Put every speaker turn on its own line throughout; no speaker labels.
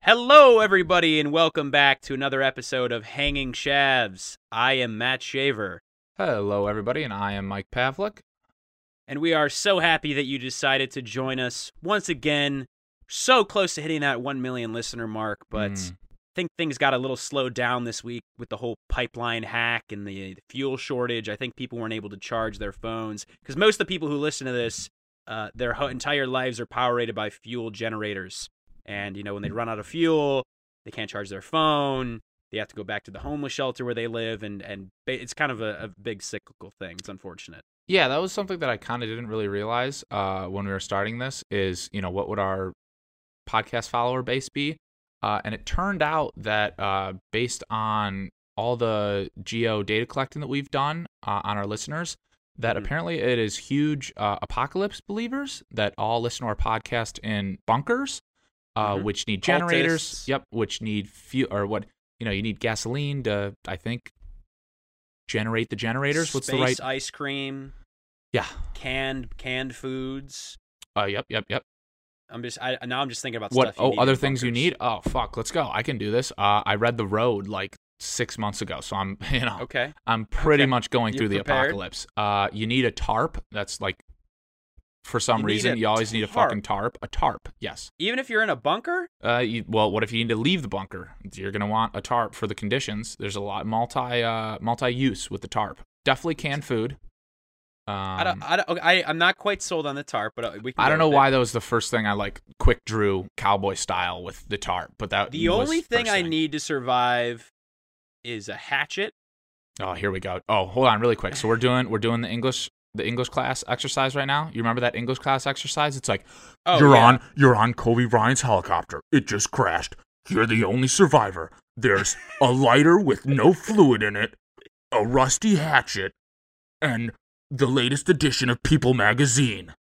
Hello, everybody, and welcome back to another episode of Hanging Shavs. I am Matt Shaver,
Hello, everybody, and I am Mike Pavlik.
and we are so happy that you decided to join us once again. So close to hitting that 1 million listener mark, but
Mm.
I think things got a little slowed down this week with the whole pipeline hack and the fuel shortage. I think people weren't able to charge their phones because most of the people who listen to this, uh, their ho- entire lives are power rated by fuel generators. And, you know, when they run out of fuel, they can't charge their phone. They have to go back to the homeless shelter where they live. And, and ba- it's kind of a, a big cyclical thing. It's unfortunate.
Yeah, that was something that I kind of didn't really realize uh, when we were starting this is, you know, what would our podcast follower base be? Uh, and it turned out that uh, based on all the geo data collecting that we've done uh, on our listeners, that
Mhm.
apparently it is huge uh, apocalypse believers that all listen to our podcast in bunkers, uh,
Mhm.
which need generators.
Cultists.
Yep, which need fuel or what you know you need gasoline to I think generate the generators. What's the right?
Space ice cream,
Yeah.
canned canned foods.
Uh, yep. Yep. Yep.
I'm just I now I'm just thinking about
what
stuff. you
oh
need
other
in
things you
bunkers.
need oh fuck let's go i can do this uh, i read the road like six months ago so i'm you know
Okay.
i'm pretty
okay.
much going
You
through the
prepared?
apocalypse uh, you need a tarp that's like for some
You need
reason
a
you always need a fucking tarp a tarp yes
Even if you're in a bunker,
uh, you, well what if you need to leave the bunker you're going to want a tarp for the conditions there's a lot multi uh, multi-use with the tarp definitely canned food um,
I don't, I don't, okay, I, I'm not quite sold on the tarp, but uh, we. Can
I
go
don't know
with it.
why that was the first thing I like quick drew cowboy style with the tarp, but that
The
was
only thing
first
I need to survive is a hatchet.
Oh, here we go. Oh, hold on, really quick. So we're doing we're doing the English the English class exercise right now. You remember that English class exercise? It's like
Oh,
you're
yeah.
on you're on Kobe Bryant's helicopter. It just crashed. You're the only survivor. There's a lighter with no fluid in it, a rusty hatchet, and the latest edition of People magazine.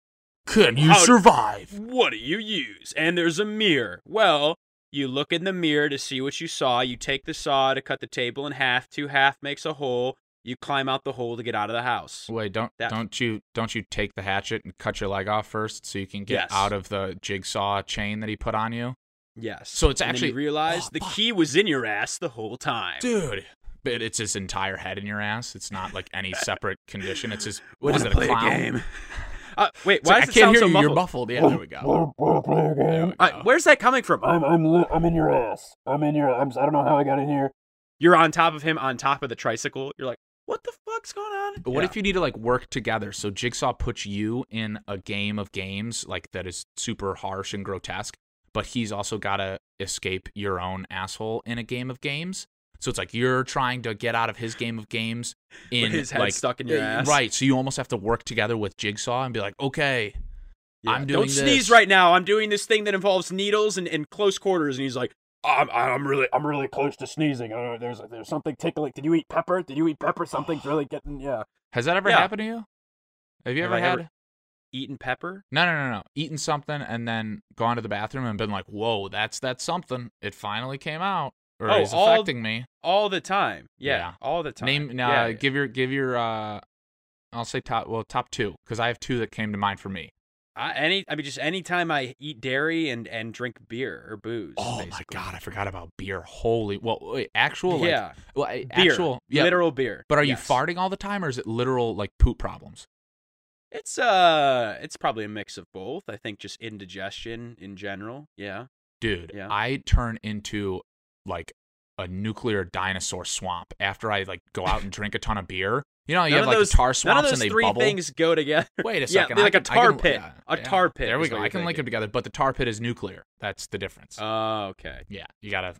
Can you
How-
survive?
What do you use? And there's a mirror. Well, you look in the mirror to see what you saw. You take the saw to cut the table in half. Two half makes a hole. You climb out the hole to get out of the house.
Wait, don't
That-
don't you don't you take the hatchet and cut your leg off first so you can get
Yes.
out of the jigsaw chain that he put on you?
Yes.
So it's
And then you
actually-
realize
Oh,
the
fuck.
key was in your ass the whole time.
Dude. But it's his entire head in your ass. It's not like any separate condition. It's his what is
Wanna
it?
play
a clown?
game? Uh, wait,
It's
why
like,
does
I
it sound
can't hear
so
you. You're
muffled?
muffled. Yeah, there we go. There we
Uh,
go.
where's that coming from?
I'm I'm li- I'm in your ass. I'm in your. I'm. I don't know how I got in here.
you're on top of him on top of the tricycle. You're like, what the fuck's going on?
But what
Yeah.
if you need to like work together? So Jigsaw puts you in a game of games like that is super harsh and grotesque, but he's also got to escape your own asshole in a game of games. So it's like you're trying to get out of his game of games
With
in
his head
like
stuck in your ass?
Right. So you almost have to work together with Jigsaw and be like, "Okay,
Yeah.
I'm
Don't
doing
sneeze
this."
right now. I'm doing this thing that involves needles and, and close quarters. And he's like,
I'm I'm really I'm really close to sneezing. I don't know. There's there's something tickling. Did you eat pepper? Did you eat pepper? Something's really getting. Yeah.
has that ever
Yeah.
happened to you? Have you
Have
ever
I
had
ever- eating pepper?
No, no, no, no. Eaten something and then gone to the bathroom and been like, "Whoa, that's that something. It finally came out or
Oh,
is
all-
affecting me."
All the time. Yeah.
Yeah.
All the time.
Name now.
Yeah,
uh,
yeah.
Give your give your. uh I'll say top. Well, top two because I have two that came to mind for me.
I, any, I mean, just anytime I eat dairy and, and drink beer or booze. basically.
Oh god, I forgot about beer. Holy. Well, wait, actual. Like,
yeah.
Well, I-
Beer.
actual. Yeah.
Literal beer.
But are
Yes.
you farting all the time, or is it literal like poop problems?
It's uh, it's probably a mix of both. I think just indigestion in general. Yeah.
Dude,
Yeah.
I turn into like a nuclear dinosaur swamp after I like go out and drink a ton of beer. You know, you
None
have
of
like
those-
the tar
None of
swamps
those
and they
three
bubble.
things go together.
Wait a
Yeah,
second.
they're
I
like a
can- I
tar
can-
pit.
yeah,
A
yeah.
tar pit
There we
is
go.
what
I
you're
can link
thinking.
them together, but the tar pit is nuclear. That's the difference.
Oh, okay.
yeah, you gotta.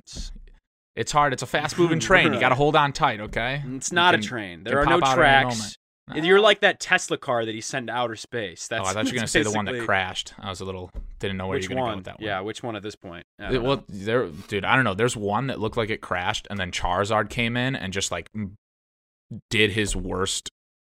It's hard. It's a fast moving train. You gotta
Right. hold
hold on tight, okay?
It's not a train. There are
can
no
pop out at any Ah.
tracks. You're like that Tesla car that he sent to outer space. That's
oh, I thought you were gonna
that's
say the one that
basically-
crashed. I was a little didn't know where
Which
you were gonna
one?
go with that one.
Yeah, which one at this point? I
It-
don't know.
well, there, dude. I don't know. There's one that looked like it crashed, and then Charizard came in and just like m- did his worst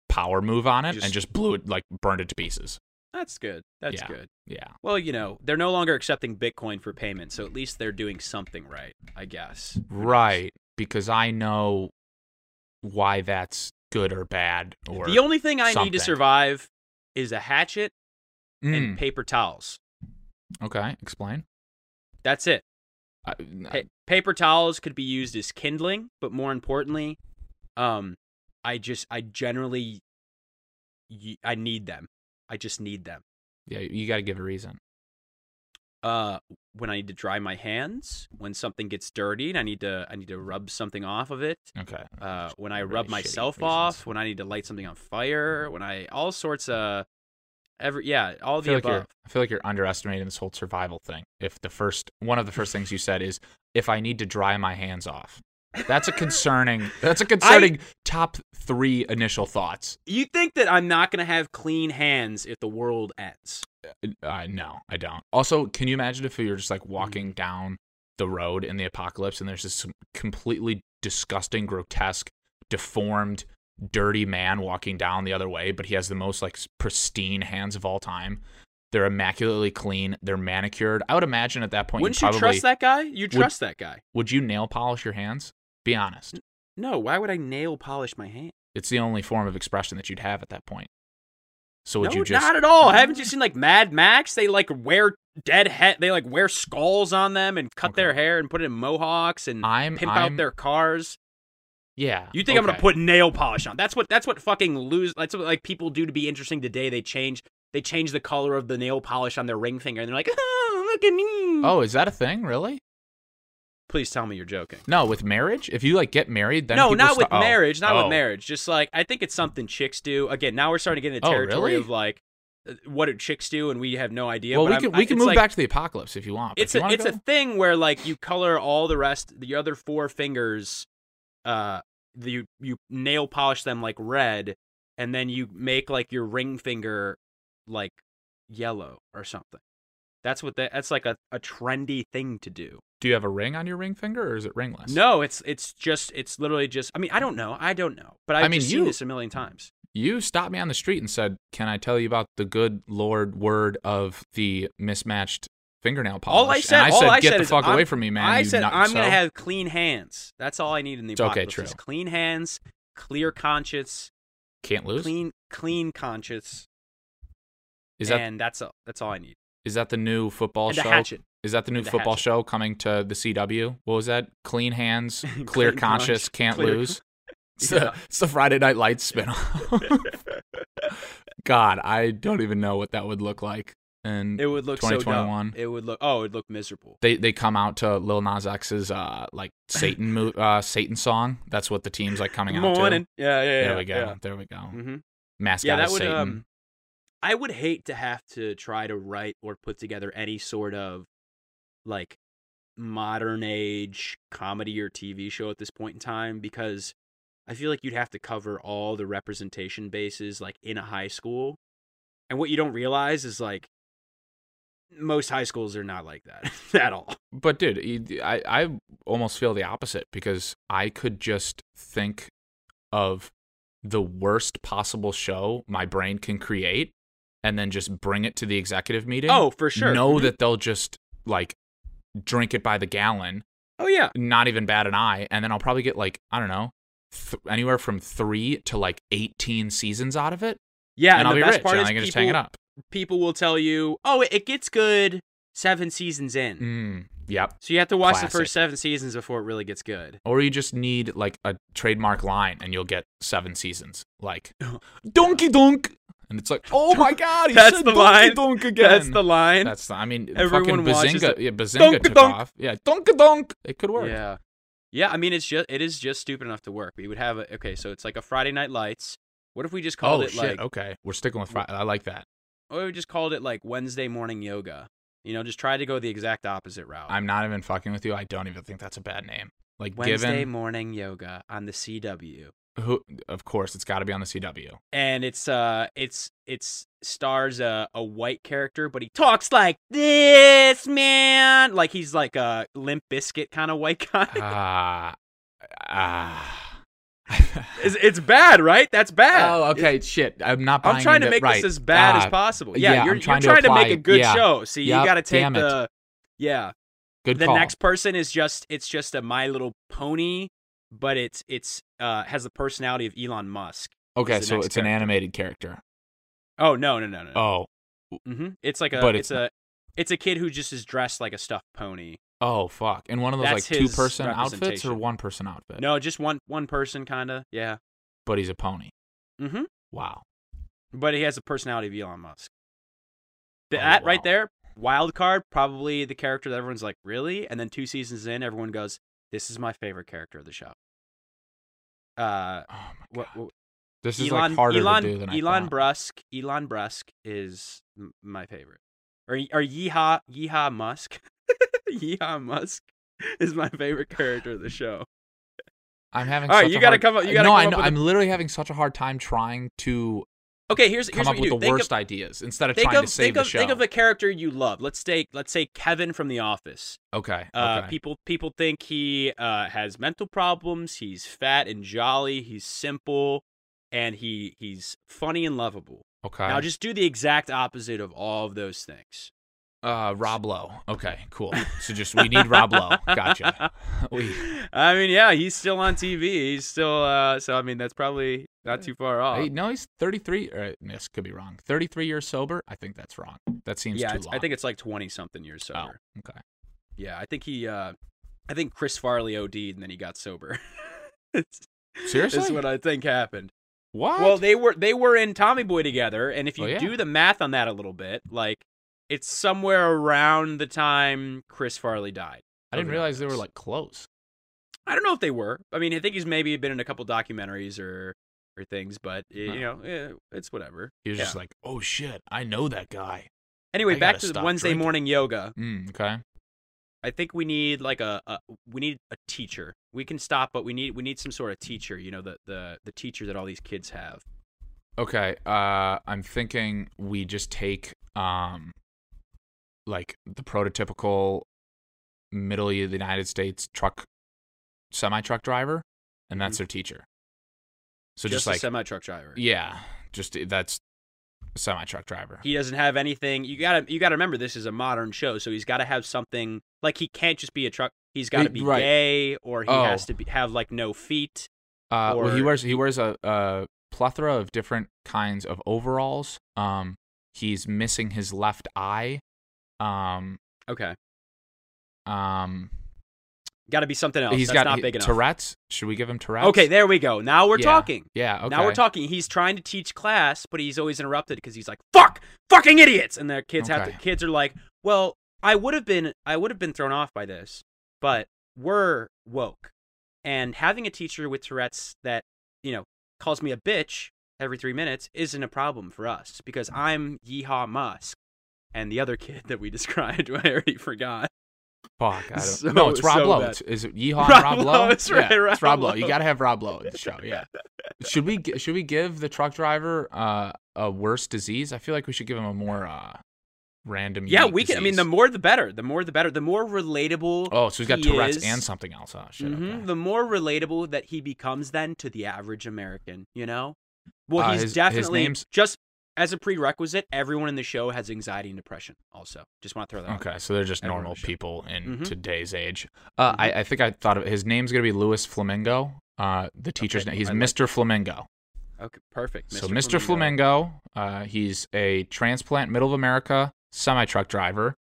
power move on it,
Just-
and just blew it, like burned it to pieces.
that's good. That's
Yeah.
good.
Yeah.
Well, you know, they're no longer accepting Bitcoin for payment, so at least they're doing something right, I guess.
Right, because I know why that's good or bad or
The only thing I need to
something.
survive is a hatchet
Mm,
and paper towels.
okay, explain.
That's it.
I,
Pa- paper towels could be used as kindling, but more importantly, um, I just I generally y- I need them. I just need them.
yeah, you got to give a reason.
Uh, when I need to dry my hands, when something gets dirty and I need to I need to rub something off of it.
Okay.
Uh, when I
Mm, Really
rub
shitty
myself
reasons.
off, when I need to light something on fire, when I all sorts of every yeah all
I
of
feel,
the
like
above.
you're, I feel like you're underestimating this whole survival thing. If the first one of the first things you said is if I need to dry my hands off, that's a concerning. That's a concerning top three initial thoughts.
You think that I'm not gonna have clean hands if the world ends?
Uh, no, I don't. Also, can you imagine if you're
Mm.
just like walking down the road in the apocalypse and there's this completely disgusting, grotesque, deformed, dirty man walking down the other way, but he has the most like pristine hands of all time. They're immaculately clean. They're manicured. I would imagine at that point,
Wouldn't
you
you
probably,
trust that guy? You trust that guy?
Would you nail polish your hands? Be honest.
No, why would I nail polish my hand?
It's the only form of expression that you'd have at that point. So would
no,
you just
not at all. Haven't you seen like Mad Max? They like wear dead head. They like wear skulls on them and cut
Okay.
their hair and put it in mohawks and
I'm
pimp
I'm,
out their cars.
Yeah.
You think I'm gonna
okay.
put nail polish on? That's what that's what fucking lose. That's what like people do to be interesting today. They change they change the color of the nail polish on their ring finger and they're like, oh, look at me.
Oh, is that a thing? Really?
please tell me you're joking.
No, with marriage? If you like get married, then
no,
people
not
sta-
with
oh.
marriage. Not
Oh.
with marriage. Just like I think it's something chicks do. Again, now we're starting to get into
Oh,
territory
really?
of like, uh, what do chicks do, and we have no idea.
well,
but
we
I'm-
can
I-
we can
it's
move
like-
back to the apocalypse if you want. but
It's
if you
a
wanna
it's
go,
a thing where like you color all the rest, the other four fingers, uh, the, you you nail polish them like red, and then you make like your ring finger like yellow or something. That's what that, that's like a, a trendy thing to do.
Do you have a ring on your ring finger, or is it ringless?
No, it's it's just it's literally just. I mean, I don't know. I don't know. But I've
I mean,
just
you-
seen this a million times.
You stopped me on the street and said, "Can I tell you about the good Lord word of the mismatched fingernail polish?"
All I said-
and I
all
said,
I
"Get
said
the
is
fuck
I'm-
away from me, man."
I
you
said
nut."
I'm
So-
gonna have clean hands. That's all I need in the
It's okay,
apocalypse
true.
is clean hands, clear conscience,
can't lose.
clean clean conscience,
Is that
and that's all. That's all I need.
is that the new football
and
show?
a hatchet.
Is that the new
and a
football
hatchet.
show coming to the CW? What was that? Clean hands,
Clean
clear
conscience,
conscious, can't
clear-
lose. It's,
Yeah.
the, it's the Friday Night Lights spinoff. God, I don't even know what that would look like. And
It would look so
2021.
dumb. It would look. Oh, it would look miserable.
they they come out to Lil Nas X's uh like Satan mo- uh Satan song. That's what the team's like coming out
Morning.
to.
Yeah, yeah, yeah.
There we go. Oh.
Yeah,
There we go.
hmm
Mascot
yeah that
is
would.
Satan.
Um, I would hate to have to try to write or put together any sort of like modern age comedy or TV show at this point in time because I feel like you'd have to cover all the representation bases like in a high school. And what you don't realize is like most high schools are not like that at all.
But dude, you- I I almost feel the opposite because I could just think of the worst possible show my brain can create, and then just bring it to the executive meeting.
Oh, for sure.
know that they'll just like drink it by the gallon,
Oh yeah.
not even bat an eye, and then I'll probably get like I don't know. Th- anywhere from three to like 18 seasons out of it,
Yeah,
and,
and,
I'll
the
be
best
rich,
part
and
is
I can
people,
just hang it up.
people will tell you, "Oh, it- it gets good 7 seasons in."
Mm, yep.
So you have to watch the
Classic.
first 7 seasons before it really gets good.
Or you just need like a trademark line and you'll get seven seasons. Like Donkey Donk and it's like, oh my god, he
That's
said
the
Donkey
line.
Donk again.
That's the line.
That's the I mean
Everyone
fucking
watches
Bazinga
it.
yeah, Bazinga
Donkey
took
Donk.
off. Yeah, Donkey Donk. It could work.
Yeah. Yeah, I mean it's just it is just stupid enough to work. We would have a okay, so it's like a Friday night lights. What if we just called
Oh
it
shit!
like
okay, we're sticking with Friday. I like that.
what if we just called it like Wednesday morning yoga? You know, just try to go the exact opposite route.
I'm not even fucking with you. I don't even think that's a bad name. Like
Wednesday
given
morning yoga on the CW.
who, of course, it's got to be on the CW.
And it's uh it's it's stars a, a white character, but he talks like this man. Like he's like a limp biscuit kind of white guy.
Ah, ah.
it's, it's bad, right? That's bad.
Oh, okay. Shit, I'm not. Buying
I'm trying to
into-
make
right.
this as bad
Ah,
as possible. Yeah,
yeah,
you're,
I'm
you're
trying
trying
to
to
apply
make a
it.
good
Yeah.
show. See,
Yup,
you got to
damn
take
it.
the yeah.
Good
the
call.
next person is just it's just a My Little Pony, but it's it's uh has the personality of Elon Musk.
okay,
the
so
next
it's an
character.
animated character.
Oh no no no no.
Oh,
hmm It's like a
But
it's, a it's a kid who just is dressed like a stuffed pony
Oh fuck! And one of those
That's
like two
his
person outfits or
representation.
one person outfit.
No, just one one person, kind of. Yeah.
but he's a pony.
Mm-hmm.
Wow.
But he has the personality of Elon Musk.
Oh,
That
wow.
right there, wild card, probably the character that everyone's like, really? And then two seasons in, everyone goes, "This is my favorite character of the show." Uh,
Oh my god.
what, what-
this is
Elon
like harder
Elon
to do than I
Elon
thought.
Brusk Elon Brusk is m- my favorite, or or Yeehaw Yeehaw Musk, Yeehaw Musk is my favorite character of the show.
I'm having.
All right,
such
you
a
gotta
hard...
come up- you gotta
no,
come
I
up
know.
with a-
I'm literally having such a hard time trying to
Okay, here's here's
come up
what you
with
do.
the
Think of-
worst ideas instead of
think
trying
of
to save
think
the
of
show.
think of a character you love. Let's take let's say Kevin from The Office.
okay.
Uh,
okay.
People people think he uh, has mental problems. He's fat and jolly. He's simple, and he he's funny and lovable.
okay.
Now just do the exact opposite of all of those things.
Uh, Rob Lowe. Okay, cool. So just we need Rob Lowe. Gotcha. We,
I mean, yeah, he's still on TV. He's still uh, so I mean that's probably not too far off.
hey, no, he's 33. Or, this could be wrong. 33 years sober. I think that's wrong. That seems
yeah,
too
it's-
long.
I think it's like twenty something years
Oh,
sober.
okay.
Yeah, I think he uh, I think Chris Farley OD'd and then he got sober.
Seriously?
is what I think happened.
what?
Well, they were they were in Tommy Boy together, and if you
Oh, yeah.
do the math on that a little bit, like it's somewhere around the time Chris Farley died.
I
of
didn't
an
realize they were
overdose.
like close.
I don't know if they were. I mean, I think he's maybe been in a couple documentaries or or things, but eh,
Wow.
you know, eh, it's whatever.
He was
Yeah.
just like, oh shit, I know that guy.
Anyway,
I
back
gotta
to the
stop
Wednesday
drinking.
morning yoga.
Mm, okay.
I think we need like a, a we need a teacher. We can stop, but we need we need some sort of teacher. You know, the the the teacher that all these kids have.
Okay. Uh, I'm thinking we just take um, like the prototypical middle of the United States truck, semi truck driver, and that's
Mhm.
their teacher. So
just,
just,
a
like
semi truck driver.
yeah, just that's a semi truck driver.
he doesn't have anything you gotta you gotta remember this is a modern show so he's gotta have something like he can't just be a truck he's gotta be
Right.
gay or he
Oh.
has to be, have like no feet
Uh, well, he
or-
wears he wears a, a plethora of different kinds of overalls. Um, he's missing his left eye. Um,
okay
um,
gotta be something else
he's
that's
got
not
he-
big enough
Tourette's. Should we give him Tourette's?
okay there we go now we're
Yeah.
talking
Yeah. Okay.
now we're talking he's trying to teach class but he's always interrupted because he's like fuck fucking idiots and the kids have to
Okay.
kids are like well i would have been i would have been thrown off by this but we're woke and having a teacher with tourette's that you know calls me a bitch every three minutes isn't a problem for us because i'm yeehaw musk and the other kid that we described i already forgot
Fuck. I don't...
So-
no, it's Rob
so
Lowe.
bad.
It's, is it Yeehaw and
Rob
Rob
Lowe,
Lowe?
it's right,
yeah,
Rob
it's Rob Lowe.
Lowe.
You gotta have Rob Lowe in the show. Yeah. should we gi- should we give the truck driver uh, a worse disease? I feel like we should give him a more uh, random.
yeah
unique
we can i mean
disease.
the more the better the more the better the more relatable
Oh, so he's got
he
Tourette's
is-
and something else. Oh shit.
Mhm.
Okay.
The more relatable that he becomes, then to the average American, you know. Well,
Uh,
he's
his- his
definitely
name's-
just as a prerequisite. Everyone in the show has anxiety and depression. Also, just want to throw that. out.
Okay, so they're just
Everyone
normal
should.
people in
Mhm.
today's age. Uh,
Mm-hmm.
I, I think I thought of it. His name's gonna be Louis Flamingo. Uh, the teacher's
Okay,
name. He's
I like
Mr. Flamingo.
Okay, perfect.
So Mr. Flamingo, uh, he's a transplant, middle of America, semi truck driver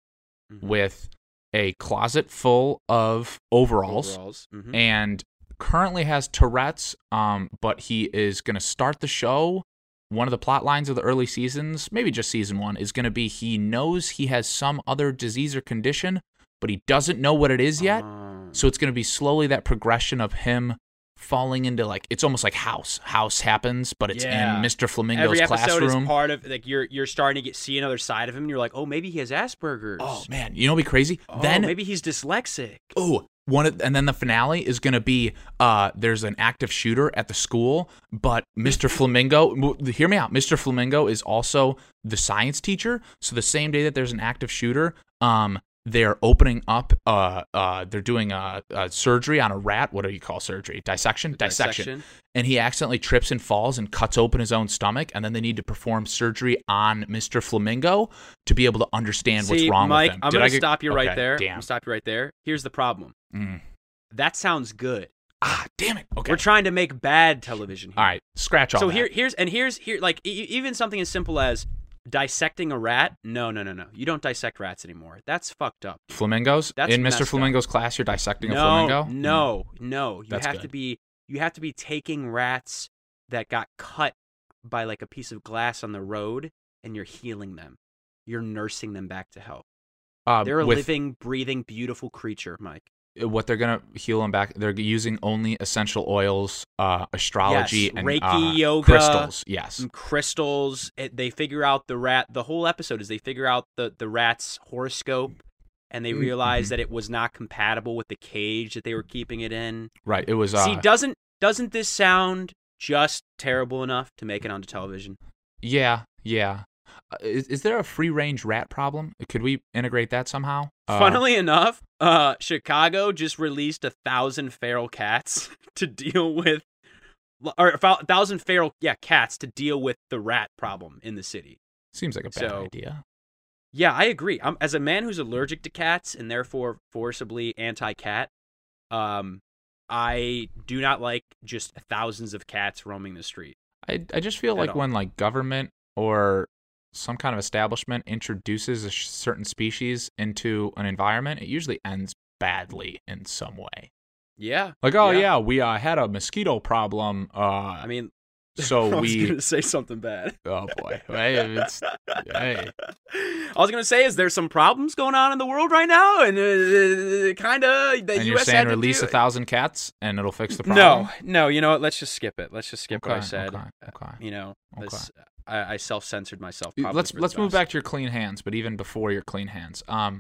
Mhm.
with a closet full of overalls,
Overalls. Mhm.
and currently has Tourette's. Um, but he is gonna start the show. One of the plot lines of the early seasons, maybe just season one, is gonna be he knows he has some other disease or condition, but he doesn't know what it is yet.
Oh.
So it's going to be slowly that progression of him falling into like it's almost like House. House happens, but it's
Yeah.
in Mr. Flamingo's
every episode
classroom.
is part of like you're you're starting to get see another side of him. And you're like, oh, maybe he has Asperger's.
oh man, you know what'd be crazy?
Oh,
then
maybe he's dyslexic.
oh one of, and then the finale is going to be uh there's an active shooter at the school, but Mr. Flamingo, w- hear me out. Mr. Flamingo is also the science teacher, so the same day that there's an active shooter, um they're opening up uh uh they're doing a, a surgery on a rat what do you call surgery dissection dissection and he accidentally trips and falls and cuts open his own stomach and then they need to perform surgery on Mr. Flamingo to be able to understand
See,
what's wrong
Mike,
with him.
I'm
Did
gonna
I get-
stop you
Okay,
right there. I'm
Damn.
gonna stop you right there. Here's the problem.
Mm.
That sounds good.
Ah, damn it. Okay.
We're trying to make bad television. Here.
all right, scratch all
so
that.
here here's and here's here like e- e- even something as simple as dissecting a rat? No, no, no, no. You don't dissect rats anymore. That's fucked up.
Flamingos?
That's
in
messed
Mr.
up.
Flamingo's class, you're dissecting a
no,
flamingo? Mm.
no, no. You
That's
have to
good.
be you have to be taking rats that got cut by like a piece of glass on the road, and you're healing them. You're nursing them back to health.
Uh,
They're a
with
living, breathing, beautiful creature, Mike.
what they're gonna heal them back. They're using only essential oils, uh, astrology,
Yes,
and
Reiki,
uh,
yoga. Mm.
crystals. Yes,
Some crystals. It, they figure out the rat. The whole episode is they figure out the the rat's horoscope, and they
Mm,
realize
mhm.
that it was not compatible with the cage that they were keeping it in.
right. It was. Uh,
See, doesn't doesn't this sound just terrible enough to make it onto television?
yeah, yeah. Uh, is, is there a free range rat problem? Could we integrate that somehow? Uh,
Funnily enough, uh, Chicago just released a thousand feral cats to deal with, or a thou- thousand feral yeah cats to deal with the rat problem in the city.
seems like a bad
So-
idea.
Yeah, I agree. I'm, as a man who's allergic to cats and therefore forcibly anti-cat, um, I do not like just thousands of cats roaming the street.
I I just feel
At
like
all.
when like government or some kind of establishment introduces a sh- certain species into an environment, it usually ends badly in some way.
Yeah,
Like, oh
Yeah.
yeah, we uh, had a mosquito problem. Uh,
I mean, I
so
was
Oh, we
gonna say something bad.
Oh boy, Hey, it's- hey.
I was gonna say, is there some problems going on in the world right now, and uh, kind of the
and you're
U.S. had
saying
to
release
do-
a thousand cats and it'll fix the problem.
No, no, you know what? Let's just skip it. Let's just skip what I
Okay,
said.
okay, okay,
You know, this,
okay.
I, I self-censored myself. Probably
let's
for the
let's move
best.
back to your clean hands, but even before your clean hands, um,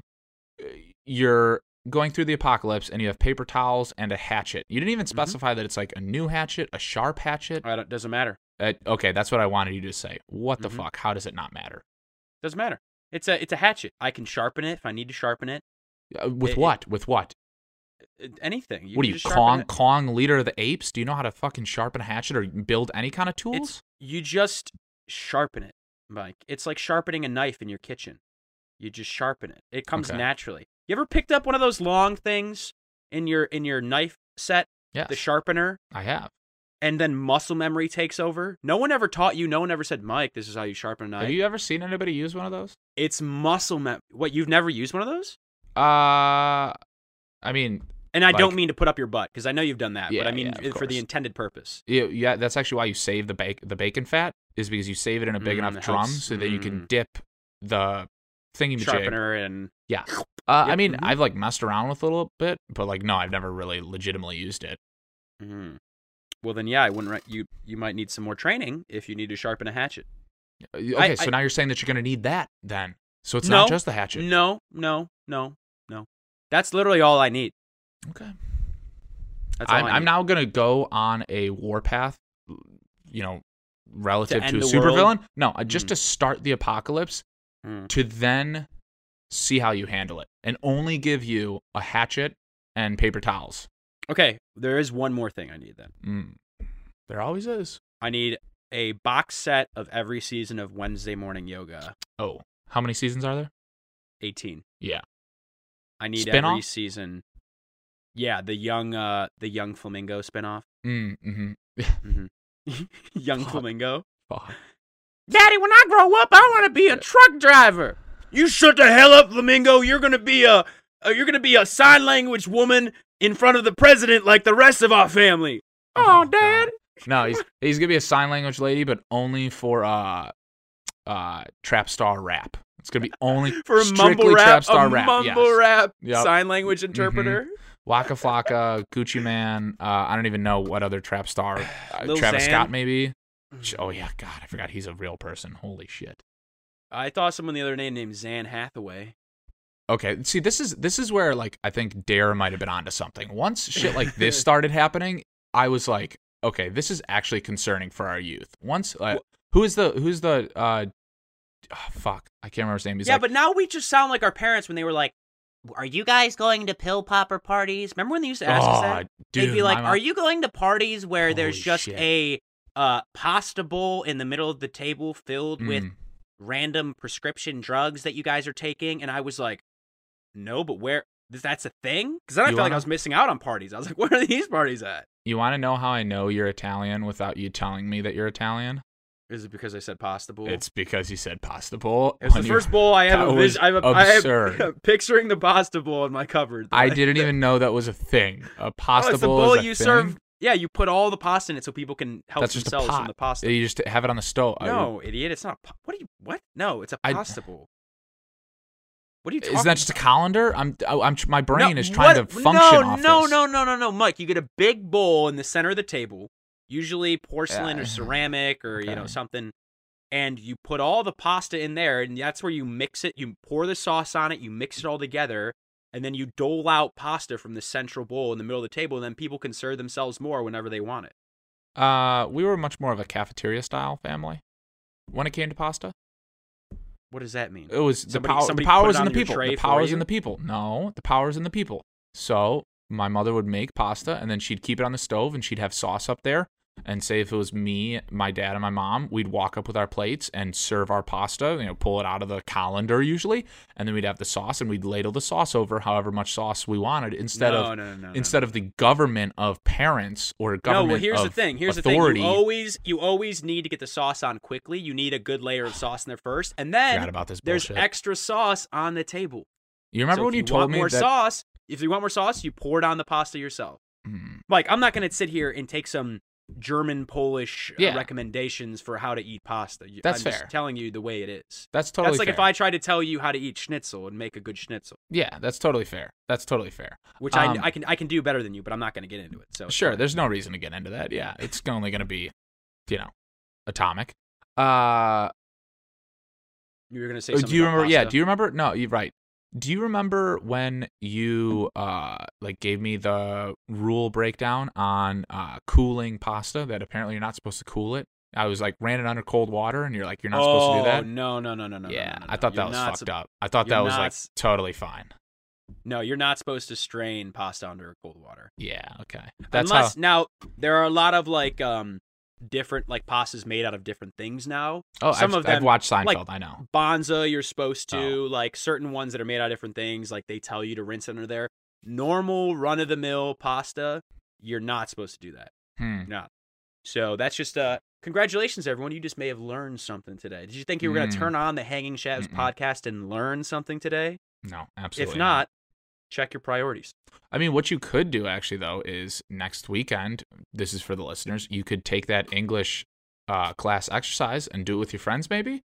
you're going through the apocalypse and you have paper towels and a hatchet. You didn't even
Mm-hmm.
specify that it's like a new hatchet, a sharp hatchet.
I don't, doesn't matter.
Uh, okay, that's what I wanted you to say. What the
Mhm.
fuck? How does it not matter?
Doesn't matter. It's a it's a hatchet. I can sharpen it if I need to sharpen it.
Uh, with
It- it-
what? with what?
Uh, Anything.
what are
can
you,
just sharpen
Kong?
it.
Kong, leader of the apes? Do you know how to fucking sharpen a hatchet or build any kind of tools?
It's you just sharpen it, Mike. It's like sharpening a knife in your kitchen. You just sharpen it. It comes
Okay.
naturally. You ever picked up one of those long things in your in your knife set,
yes,
the sharpener,
I have.
and then muscle memory takes over? No one ever taught you. No one ever said, Mike, this is how you sharpen a knife.
Have you ever seen anybody use one of those?
It's muscle mem. What you've never used one of those?
Uh, I mean,
And I don't
Like-
mean to put up your butt because I know you've done that, but
Yeah,
I mean
yeah, of
for the
course.
intended purpose.
yeah, yeah, that's actually why you save the bake the bacon fat is because you save it in a big
Mm,
enough
it
drum
helps.
so that you can
Mm.
dip the thingy jig.
Sharpener and
Yeah. Uh, I
Yep,
mean,
mhm.
I've like messed around with it a little bit, but like, no, I've never really legitimately used it.
Mhm. well, then yeah, I wouldn't. Re- you you might need some more training if you need to sharpen a hatchet.
Uh, Okay,
I-
so
I-
now you're saying that you're gonna need that then. So it's not
No.
just the hatchet.
No, no, no, no. That's literally all I need.
Okay.
That's all
I'm,
I
I'm
need.
now gonna go on a warpath, you know, relative to,
end
a
the world?
supervillain. No, uh, just
Mm.
to start the apocalypse,
Mm.
to then see how you handle it, and only give you a hatchet and paper towels.
Okay, there is one more thing I need then.
Mm. There always is.
I need a box set of every season of Wednesday Morning Yoga
Oh, how many seasons are there?
18.
Yeah.
I need every
Spin-off?
season. Yeah, the young uh the young flamingo spinoff. Mm-hmm.
Mm, mm-hmm.
Young
Fuck.
flamingo.
Fuck.
Daddy, when I grow up, I want to be a truck driver. You shut the hell up, Flamingo. You're gonna be a, uh, you're gonna be a sign language woman in front of the president like the rest of our family.
Oh,
Oh, Dad.
No, he's he's gonna be a sign language lady, but only for uh, uh, trap star rap. It's gonna be only
For a
strictly
mumble rap,
trap star
a
rap.
mumble
yes. Mm-hmm.
rap
Yep.
sign language interpreter.
Waka Flocka, Gucci Man. Uh, I don't even know what other trap star. Uh,
Lil
Travis
Xan.
Scott, maybe. Sh- Oh yeah, God, I forgot he's a real person. Holy shit.
I thought someone the other day named Zan Hathaway.
Okay, see, this is this is where like I think Dare might have been onto something. Once shit like this started happening, I was like, okay, this is actually concerning for our youth. Once, uh, who is the who's the uh, ah, fuck, I can't remember his name. He's
yeah,
like,
but now we just sound like our parents when they were like, "Are you guys going to pill popper parties?" Remember when they used to ask us that?
oh, dude,
They'd be like,
my mom-
"Are you going to parties where there's
Holy
just
shit.
a uh, pasta bowl in the middle of the table filled with
Mm.
random prescription drugs that you guys are taking?" And I was like, "No, but where? th- That's a thing?" Because then I
You
felt like I
wanna-
was missing out on parties. I was like, "Where are these parties at?"
You want to know how I know you're Italian without you telling me that you're Italian?
Is it because I said pasta bowl?
It's because you said pasta bowl.
It was
on
the
your-
first bowl I have
That
a
was
vision. I have a, I have-
absurd.
I'm picturing the pasta bowl in my cupboard.
I didn't even know that was a thing. A pasta
oh, it's the
bowl.
bowl
is a
you
thing?
serve. Yeah, you put all the pasta in it so people can help
That's just a
themselves
pot.
from the pasta.
You just have it on the stove. I-
no, idiot! It's not. A, po- what are you? What? No, it's a
I-
pasta bowl. What are you talking?
Isn't that just a colander? I'm, I- I'm, tr- my brain
No,
is trying
what-
to function
No,
off
no,
this.
no, no, no, no, Mike. You get a big bowl in the center of the table, usually porcelain
Yeah.
or ceramic or you know
Okay.
something, and you put all the pasta in there, and that's where you mix it. You pour the sauce on it, you mix it all together, and then you dole out pasta from the central bowl in the middle of the table, and then people can serve themselves more whenever they want it.
no. Uh, we were much more of a cafeteria style family when it came to pasta.
What does that mean?
It was the
Somebody-
power.
somebody
the power
put it
was in
on
the
your
people.
tray
The
for
power was
you?
in the people. No, the power was in the people. So my mother would make pasta, and then she'd keep it on the stove, and she'd have sauce up there. And say if it was me, my dad, and my mom, we'd walk up with our plates and serve our pasta. You know, pull it out of the colander usually, and then we'd have the sauce, and we'd ladle the sauce over however much sauce we wanted instead
no,
of
no, no, no, no.
instead of the government of parents or
No,
government
well, here's the
of
thing. Here's
authority.
the thing. You always, you always need to get the sauce on quickly. You need a good layer of sauce in there first, and
Forgot
then
about this
there's
bullshit.
extra sauce on the table.
you remember
So if
when you,
you
told
want
me
more
that?
sauce? If you want more sauce, you pour it on the pasta yourself.
Mm,
Like, I'm not going to sit here and take some German Polish uh,
Yeah.
recommendations for how to eat pasta. You-
That's
I'm
fair.
Just telling you the way it is.
that's totally.
That's like
fair.
if I tried to tell you how to eat schnitzel and make a good schnitzel,
Yeah, that's totally fair. That's totally fair.
which
Um,
I, I can I can do better than you, but I'm not going to get into it. So it's
Sure,
fine.
there's no reason to get into that. Yeah, it's only going to be, you know, atomic. Uh,
you were going to say.
oh,
something
do you
about
remember? Yeah,
pasta.
do you remember? No, you're right. Do you remember when you
Mm-hmm.
uh like gave me the rule breakdown on uh cooling pasta that apparently you're not supposed to cool it? I was like ran it under cold water, and you're like you're not supposed to do
Oh,
that.
No, no, no, no, no. no,
yeah,
no, no,
I thought
You're
that was
not
fucked
sup-
up. I thought
you're
that was
not
like
s-
totally fine.
No, you're not supposed to strain pasta under cold water.
Yeah, okay. That's
Unless
how.
now there are a lot of like um different like pastas made out of different things now.
Oh,
some
I've,
of
I've
them,
watched Seinfeld.
like,
I know.
Bonza, you're supposed
Oh.
to like certain ones that are made out of different things. Like they tell you to rinse under there. Normal run of the mill pasta, you're not supposed to do that.
Hmm.
You're not. So that's just uh congratulations everyone. You just may have learned something today. Did you think you were gonna
Mm.
turn on the Hanging Shabs
Mm-mm.
podcast and learn something today?
No, absolutely.
if not, check your priorities.
I mean, what you could do actually, though, is next weekend, this is for the listeners, you could take that English uh, class exercise and do it with your friends, maybe.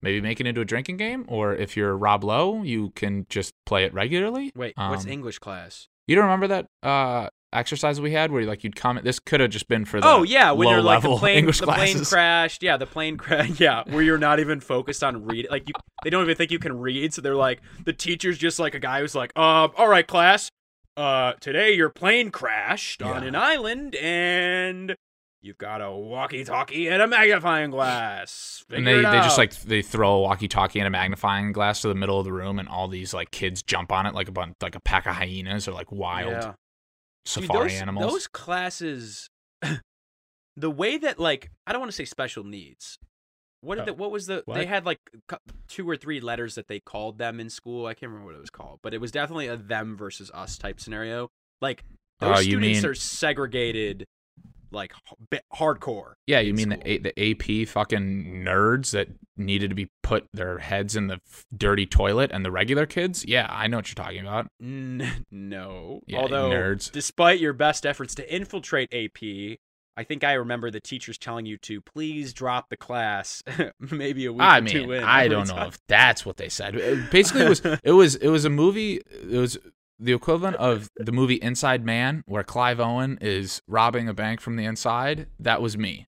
Maybe make it into a drinking game. Or if you're Rob Lowe, you can just play it regularly.
Wait, what's
Um,
English class?
You don't remember that uh, exercise we had where like you'd comment? This could have just been for the
Oh yeah, when you're like the
low-level
plane,
English
the plane
classes.
crashed. Yeah, the plane crashed. Yeah, where you're not even focused on read. Like you, they don't even think you can read. So they're like, the teacher's just like a guy who's like, um, all right, class, uh, today your plane crashed on
Yeah.
an island and you've got a walkie-talkie and a magnifying glass.
And
Figure
they,
it
they just
out."
like they throw a walkie-talkie and a magnifying glass to the middle of the room, and all these like kids jump on it like a bunch, like a pack of hyenas or like wild
Yeah. Dude,
safari
those,
animals.
Those classes, the way that like I don't want to say special needs. What
Oh,
did the, what was the
what?
they had like cu- two or three letters that they called them in school. I can't remember what it was called, but it was definitely a them versus us type scenario. Like those
Oh, you
students
mean-
are segregated, like h- bit hardcore.
Yeah, you
in
mean the
school.
A- the AP fucking nerds that needed to be put their heads in the f- dirty toilet and the regular kids? Yeah, I know what you're talking about.
N- no.
Yeah,
Although,
nerds.
despite your best efforts to infiltrate AP, I think I remember the teachers telling you to please drop the class. Maybe a week
I
or two
mean,
in.
I
every
don't know
time.
if that's what they said. It- basically, it was it was it was a movie. It was the equivalent of the movie Inside Man, where Clive Owen is robbing a bank from the inside. That was me,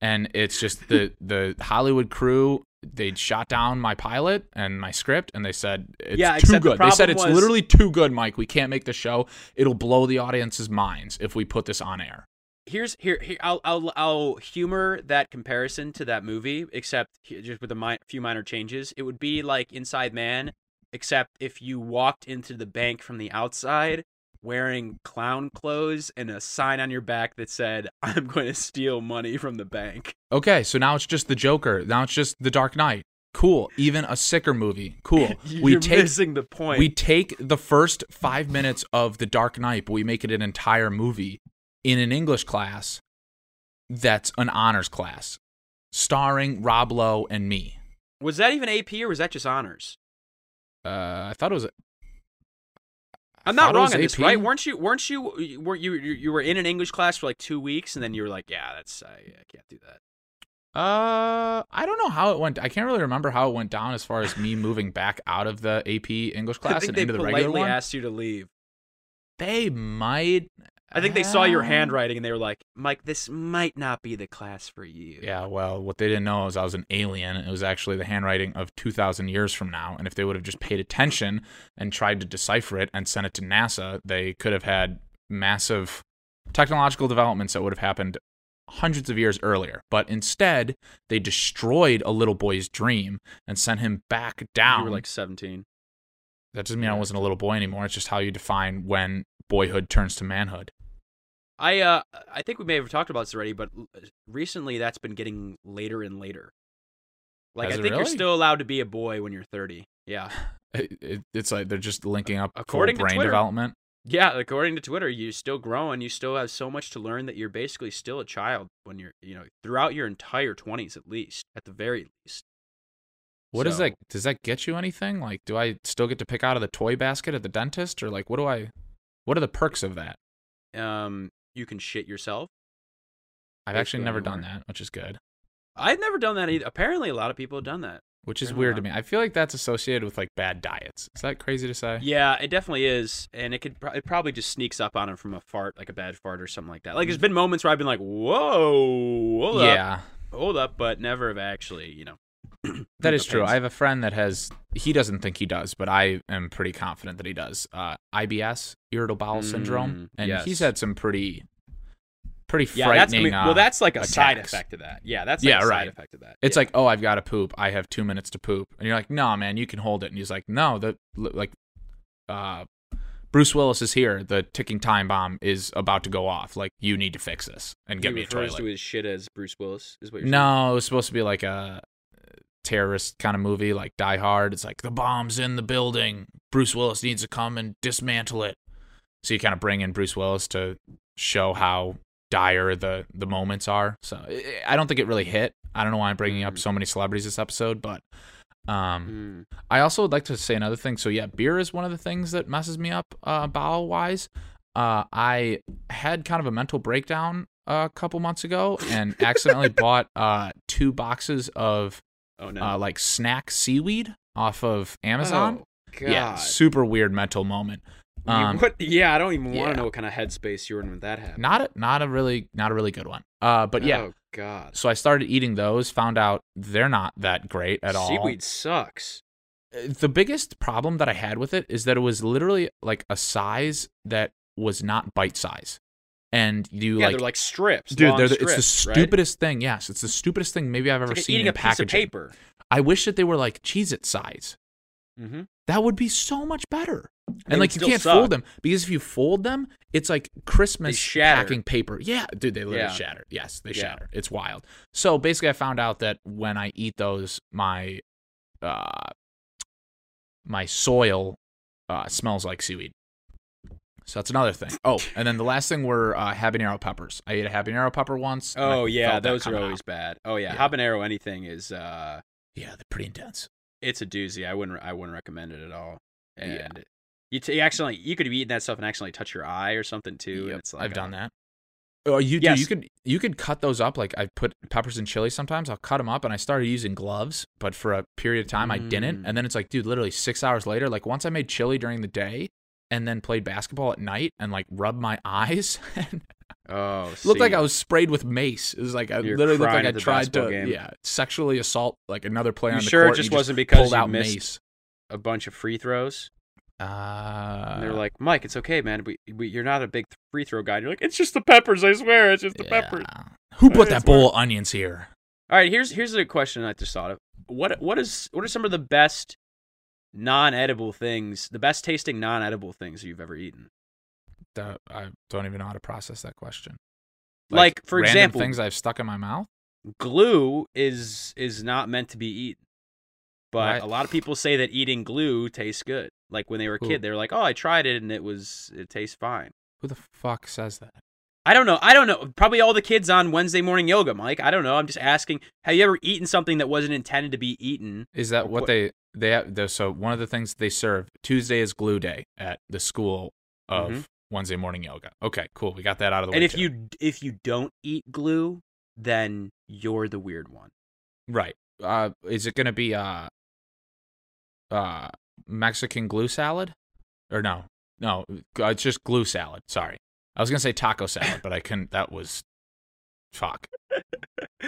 and it's just the the Hollywood crew. They shot down my pilot and my script, and they said it's
Yeah,
too
except the
good. They said
problem
it's
was-
literally too good, Mike. We can't make the show. It'll blow the audience's minds if we put this on air.
Here's here, here I'll, I'll I'll humor that comparison to that movie, except he- just with a mi- few minor changes. It would be like Inside Man, except if you walked into the bank from the outside wearing clown clothes and a sign on your back that said, "I'm going to steal money from the bank."
Okay, so now it's just the Joker. Now it's just the Dark Knight. Cool. Even a sicker movie. Cool.
You're
we take
missing the point.
we take the first five minutes of the Dark Knight, but we make it an entire movie in an English class. That's an honors class. starring Rob Lowe and me.
Was that even AP or was that just honors?
Uh, I thought it was. I
I'm
thought
not
it
wrong
was
on this,
AP.
right? Weren't you? Weren't you? you- Were you? You you were in an English class for like two weeks, and then you were like, "Yeah, that's I, I can't do that."
Uh, I don't know how it went. I can't really remember how it went down as far as me moving back out of the AP English
I
class
think
and
they
into the regular
politely
one.
asked you to leave.
they might.
I think they saw your
Uh,
handwriting and they were like, "Mike, this might not be the class for you."
Yeah, well, what they didn't know is I was an alien. It was actually the handwriting of 2,000 years from now. And if they would have just paid attention and tried to decipher it and sent it to NASA, they could have had massive technological developments that would have happened hundreds of years earlier. But instead, they destroyed a little boy's dream and sent him back down.
you were like 17.
that doesn't mean I wasn't a little boy anymore. It's just how you define when boyhood turns to manhood.
I uh, I think we may have talked about this already, but l- recently that's been getting later and later. Like I
Has it
think you're
really?
still allowed to be a boy when you're 30. Yeah,
It, it, it's like they're just linking up full
According to
brain
Twitter.
development.
yeah. According to Twitter, you're still growing. You still have so much to learn that you're basically still a child when you're, you know, throughout your entire 20s at least, at the very least.
What does
So-
that? Does that get you anything? Like, do I still get to pick out of the toy basket at the dentist, or like, what do I? What are the perks of that?
Um, you can shit yourself.
I've
Basically,
actually never done
anywhere.
that, which is good.
I've never done that either. Apparently, a lot of people have done that.
Which is
Fair
weird to me.
enough.
I feel like that's associated with like bad diets. Is that crazy to say?
Yeah, it definitely is, and it could pro- it probably just sneaks up on him from a fart, like a bad fart or something like that. Like
Mm.
there's been moments where I've been like, "Whoa, hold up,
Yeah,
hold up," but never have actually, you know.
that is true. I
Depends.
have a friend that has. He doesn't think he does, but I am pretty confident that he does. Uh, IBS, irritable bowel syndrome,
Mm,
and he's
yes.
had some pretty, pretty
yeah, that's gonna
frightening.
be, well,
uh,
that's like a side
attacks.
effect of that. Yeah, that's like
Yeah,
a side
right.
effect of that.
It's
Yeah.
like, oh, I've got to poop. I have two minutes to poop, and you're like, no, man, you can hold it. And he's like, no, the like, uh, Bruce Willis is here. The ticking time bomb is about to go off. Like, you need to fix this and get
he
me a
refers
toilet.
to his shit as Bruce Willis is what you're saying?
no, it was supposed to be like a uh, terrorist kind of movie, like Die Hard. It's like the bomb's in the building. Bruce Willis needs to come and dismantle it. So you kind of bring in Bruce Willis to show how dire the the moments are. So I- I don't think it really hit. I don't know why I'm bringing up
Mm.
so many celebrities this episode, but um,
Mm.
I also would like to say another thing. So yeah, beer is one of the things that messes me up uh, bowel wise. Uh, I had kind of a mental breakdown a couple months ago and accidentally bought uh, two boxes of
Oh no.
uh, like snack seaweed off of Amazon.
Oh, God.
yeah, super weird mental moment.
You-
um,
what? Yeah, I don't even want
yeah.
to know what kind of headspace you were in when that happened.
Not a, not a really not a really good one. Uh, but yeah,
Oh God.
so I started eating those. Found out they're not that great at all.
Seaweed sucks.
the biggest problem that I had with it is that it was literally like a size that was not bite size, and you
yeah,
like,
they're like strips.
dude,
long
they're the,
strips,
it's the
right?
stupidest thing. Yes, it's the stupidest thing maybe I've
It's
ever
like
seen
eating
in
a piece
packaging.
of paper.
I wish that they were like Cheez-It size.
Mm-hmm.
That would be so much better.
They
And like
would
you
still
can't
suck.
fold them because if you fold them, it's like Christmas
shatter.
packing paper. Yeah, dude, they literally
Yeah.
shatter. Yes, they
Yeah.
shatter. It's wild. So basically, I found out that when I eat those, my uh, my soil uh, smells like seaweed. So that's another thing. Oh, and then the last thing were uh, habanero peppers. I ate a habanero pepper once. and I
Oh yeah,
felt that
those are
coming out.
always bad. Oh yeah,
Yeah.
habanero anything is uh,
yeah, they're pretty intense.
it's a doozy. I wouldn't I wouldn't recommend it at all.
Yeah.
And you, t- you accidentally you could be eating that stuff and accidentally touch your eye or something too.
Yep,
And it's like
I've done
uh,
that. Oh, you do. You
Yes.
could you could cut those up. Like I put peppers and chili sometimes. I'll cut them up, and I started using gloves. But for a period of time, I didn't.
Mm.
And then it's like, dude, literally six hours later. Like once I made chili during the day, and then played basketball at night, and like rubbed my eyes, and
Oh,
looked like
see.
I was sprayed with mace. It was like I
You're
literally looked
crying
like I
at the
tried to
basketball game.
yeah sexually assault like another player
You
on the
sure it
court. and
just
you
wasn't because
pulled
you
out
missed-
mace.
a bunch of free throws.
Uh,
and they're like, Mike, it's okay, man. We, we you're not a big free throw guy. And you're like, it's just the peppers. I swear, it's just the peppers.
yeah. Who put
It's
that bowl of onions here?
All right, here's here's a question I just thought of. What what is what are some of the best non-edible things, the best tasting non-edible things you've ever eaten?
that I don't even know how to process that question.
Like, for
random
example-
things I've stuck in my mouth.
Glue is is not meant to be eaten. But
Right.
a lot of people say that eating glue tastes good. Like when they were a
Who?
kid, they were like, "Oh, I tried it and it was it tastes fine."
Who the fuck says that?
I don't know. I don't know. Probably all the kids on Wednesday morning yoga, Mike. I don't know. I'm just asking. Have you ever eaten something that wasn't intended to be eaten?
Is that what
What-
they they have? though, So one of the things they serve Tuesday is glue day at the school of
Mhm.
Wednesday morning yoga. Okay, cool. We got that out of the way.
And if
too.
you if you don't eat glue, then you're the weird one.
right, uh, is it gonna be uh, uh, Mexican glue salad, or no, no, uh, it's just glue salad. Sorry, I was gonna say taco salad, but I couldn't. That was fuck.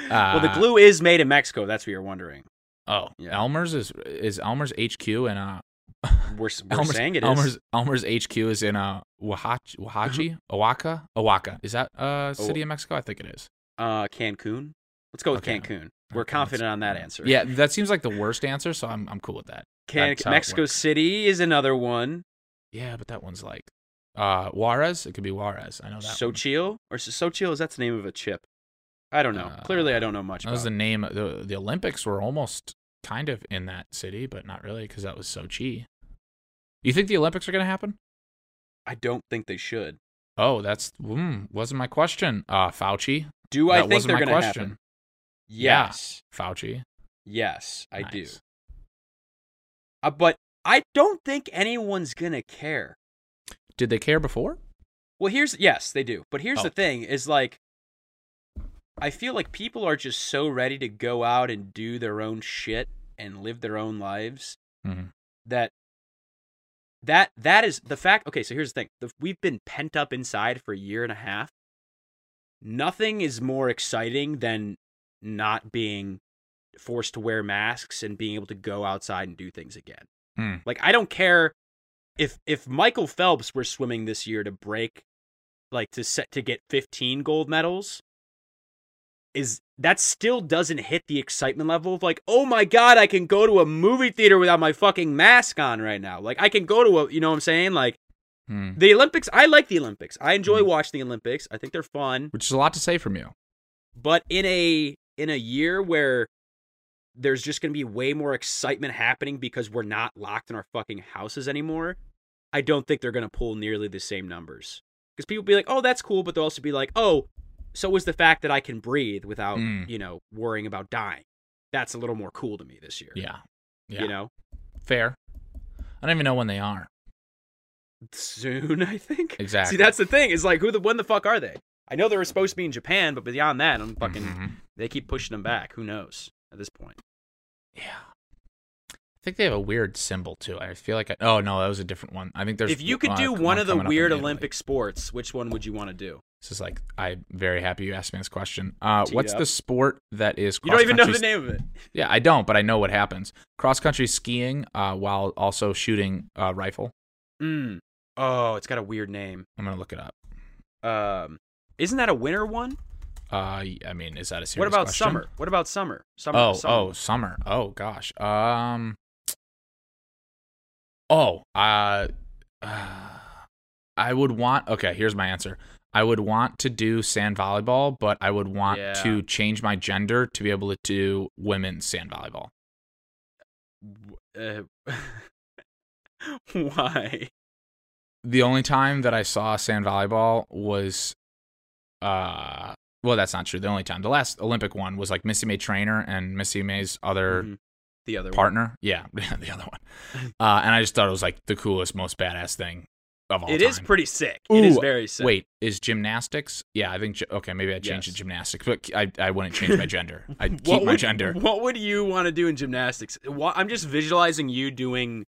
well, the
Uh,
glue is made in Mexico. That's what you're wondering.
Oh,
Yeah.
Elmer's is is Elmer's HQ in uh
We're, s- we're
Elmer's
saying it is.
Elmer's Elmer's HQ is in uh Oaxaca, Oaxaca,
Uh-huh.
Oaxaca, Oaxaca. Is that
Oh,
a city in Mexico? I think it is.
Uh, Cancun. Let's go with
Okay.
Cancun. We're
Okay, that's-
confident on that answer.
Yeah, that seems like the worst answer, so I'm I'm cool with that.
Can-
that's how it
Mexico
works.
City is another one.
Yeah, but that one's like uh Juarez. It could be Juarez. I know that. one.
Sochil or S- Sochil is that's the name of a chip? I don't know.
Uh,
Clearly, I don't know much
That was
about.
the name. the The Olympics were almost kind of in that city, but not really because that was Sochi. You think the Olympics are going to happen?
I don't think they should.
Oh, that's mm, wasn't my question. Uh, Fauci.
Do I
that
think
wasn't
they're
my
going to
question.
happen?
Yeah.
Yes,
Fauci.
yes, I do.
Nice.
Uh, but I don't think anyone's going to care.
Did they care before?
Well, here's yes, they do. But here's
Oh.
the thing is like I feel like people are just so ready to go out and do their own shit and live their own lives
Mhm.
that that that is the fact. Okay, so here's the thing. The, we've been pent up inside for a year and a half. Nothing is more exciting than not being forced to wear masks and being able to go outside and do things again.
Hmm.
Like I don't care if if Michael Phelps were swimming this year to break like to set to get 15 gold medals is that still doesn't hit the excitement level of like oh my god I can go to a movie theater without my fucking mask on right now. Like I can go to a you know what I'm saying? Like
Hmm.
the Olympics, I like the Olympics. I enjoy
Hmm.
watching the Olympics. I think they're fun
Which is a lot to say from you.
but in a in a year where there's just going to be way more excitement happening because we're not locked in our fucking houses anymore i don't think they're going to pull nearly the same numbers because people be like oh that's cool but they'll also be like oh so was the fact that i can breathe without
Mm.
you know worrying about dying that's a little more cool to me this year
Yeah. Yeah.
you know
Fair. I don't even know when they are.
soon i think
Exactly.
see that's the thing is like who the when the fuck are they i know they were supposed to be in japan but beyond that i'm fucking
Mhm.
they keep pushing them back who knows at this point
Yeah. I think they have a weird symbol too. I feel like I, oh no, that was a different one. I think there's
if you could
uh,
do one of the
coming up in
weird
Italy.
Olympic sports, which one would you want to do?
This is like I'm very happy you asked me this question. Uh,
Teed
what's
up.
the sport that is?
You don't even know
cross-country
the name of it.
Yeah, I don't, but I know what happens. Cross country skiing uh, while also shooting uh, rifle.
Mm. Oh, it's got a weird name.
I'm gonna look it up.
Um, isn't that a winter one?
Uh, y- I mean, is that a serious?
What about
question?
summer? What about summer? Summer.
Oh,
summer.
oh, summer. Oh gosh. Um. Oh, uh, uh, I would want. Okay, here's my answer. I would want to do sand volleyball, but I would want
Yeah.
to change my gender to be able to do women's sand volleyball.
W- uh, why?
the only time that I saw sand volleyball was, uh, well, that's not true. The only time, the last Olympic one was like Missy May Trainer and Missy May's other
Mhm. The other
partner. Yeah, the other one. Uh, and I just thought it was like the coolest, most badass thing of all
One. It
time.
is pretty sick. it is
Ooh,
very sick.
Wait, is gymnastics? Yeah, I think. gy- Okay, maybe I changed
Yes.
to gymnastics, but I, I wouldn't change my gender. I'd keep
what
my
would,
gender.
What would you want to do in gymnastics? Wha- I'm just visualizing you doing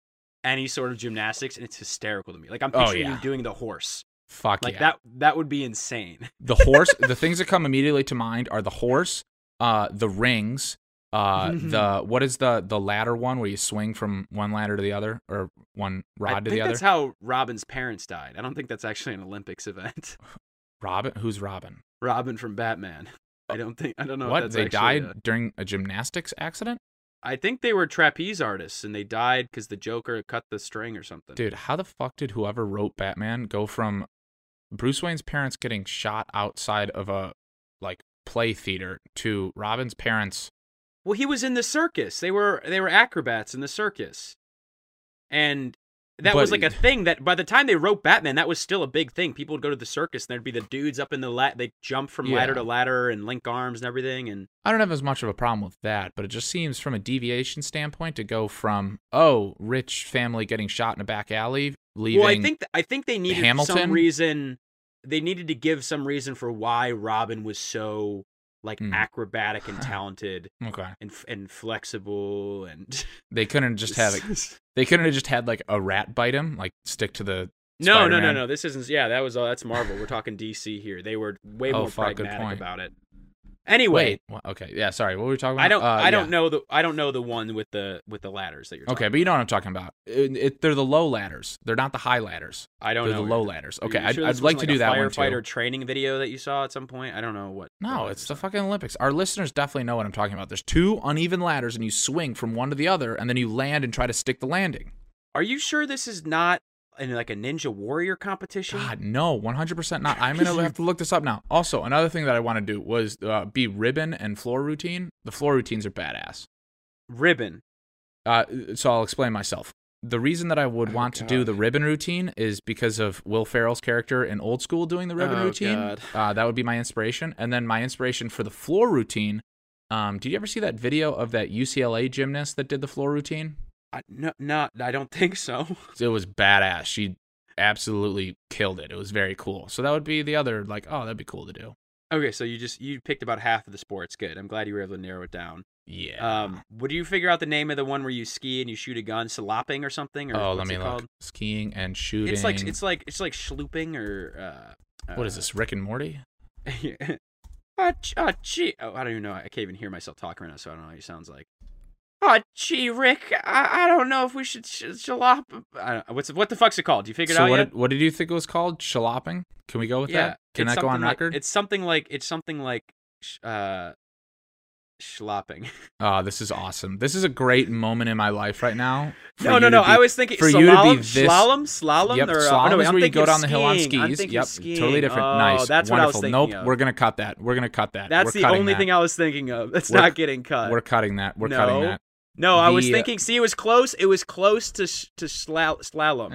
any sort of gymnastics, and it's hysterical to me. Like I'm
Oh,
picturing
yeah.
you doing the horse.
Fuck
Like
yeah.
that. That would be insane.
the horse the things that come immediately to mind are the horse uh the rings uh the what is the the ladder one where you swing from one ladder to the other or one rod
I
to
think
the other
that's how Robin's parents died. I don't think that's actually an Olympics event.
robin who's robin
Robin from Batman. I don't think I don't know. if
Uh, what
that's
they
actually
died
a-
during a gymnastics accident
I think they were trapeze artists and they died because the Joker cut the string or something.
dude how the fuck did whoever wrote batman go from bruce wayne's parents getting shot outside of a like play theater to robin's parents
Well, he was in the circus. They were they were acrobats in the circus, and that
But-
was like a thing that by the time they wrote Batman, that was still a big thing. People would go to the circus and there'd be the dudes up in the lat. They jump from ladder to
Yeah.
ladder and link arms and everything. And
I don't have as much of a problem with that, but it just seems from a deviation standpoint to go from oh, rich family getting shot in a back alley, leaving.
well, I think th- I think they needed some
Hamilton?
reason. They needed to give some reason for why Robin was so like
Hmm.
acrobatic and talented
okay,
and f- and flexible and
they couldn't just have it. They couldn't have just had like a rat bite him, like stick to the.
No, no, no,
Spider-Man.
no. This isn't. Yeah, that was all. That's Marvel. We're talking DC here. They were way
Oh,
more
fuck, good
pragmatic
point.
about it. Anyway,
Wait, wha- okay, yeah, sorry. What were we talking about?
I don't.
Uh,
I don't
yeah.
know the. I don't know the one with the with the ladders that you're. Talking
Okay, but you know what I'm talking about. It, it, they're the low ladders. They're not the high ladders.
About. I don't
They're
know.
the low ladders. Okay,
Are you
I'd,
sure
I'd
this
like to
wasn't
do that
a
one
Firefighter
too.
training video that you saw at some point. I don't know what.
No,
what
it's the fucking Olympics. Our listeners definitely know what I'm talking about. There's two uneven ladders, and you swing from one to the other, and then you land and try to stick the landing.
Are you sure this is not in like a Ninja Warrior competition?
God, no, 100% not. I'm gonna have to look this up now. Also, another thing that I want to do was uh, be ribbon and floor routine. The floor routines are badass.
Ribbon.
Uh, so I'll explain myself. The reason that I would
Oh,
want to do
God.
the ribbon routine is because of Will Ferrell's character in Old School doing the ribbon
Oh,
routine.
God.
Uh, that would be my inspiration, and then my inspiration for the floor routine. Um, did you ever see that video of that UCLA gymnast that did the floor routine?
I, no, not. I don't think so.
It was badass. She absolutely killed it. It was very cool. So that would be the other like, oh, that'd be cool to do.
Okay, so you just you picked about half of the sports. Good. I'm glad you were able to narrow it down.
Yeah.
Um, would you figure out the name of the one where you ski and you shoot a gun, slopping or something? Or
oh, let
what's
me
it
look.
called?
Skiing and shooting.
It's like it's like it's like schlooping or uh, uh,
what is this? Rick and Morty?
Ah, ch- ah, gee. Oh, I don't even know. I can't even hear myself talking right now, so I don't know what it sounds like. Oh, gee, Rick, I, I don't know if we should sh- jalop. I don't, what's what the fuck's it called? Do you figure it
so
out
what
yet?
did, what did you think it was called? Shalopping? Can we go with that? Can
it's
that go on
something like-
record?
It's something like it's something like sh- uh, schlopping.
oh, this is awesome. This is a great moment in my life right now. for
No,
you
no,
to
no.
be-
I was thinking
for
slalom,
you to be this-
slalom, slalom.
Yep,
or, uh,
slalom
oh, no,
is
I'm
where you
thinking
go down the hill on
skiing. I'm
skis.
thinking
Yep,
skiing.
totally different.
Oh,
nice,
That's what I was
wonderful.
thinking
nope,
of.
we're gonna cut that. We're gonna cut that.
That's
We're
the
cutting
only
that.
thing I was thinking of. That's
We're-
not getting cut.
We're cutting that. We're cutting
No.
that.
no, I was
the- uh,
thinking. See, it was close. It was close to sh- to slal- slalom.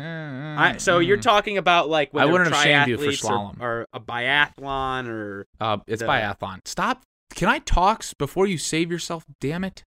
I, so
Mm-hmm.
you're talking about like when
Mm, I
they're
wouldn't have shamed you for
triathletes or-
slalom.
or, a biathlon or
Uh, it's
the-
biathlon. Stop. Can I talk s- before you save yourself? Damn it!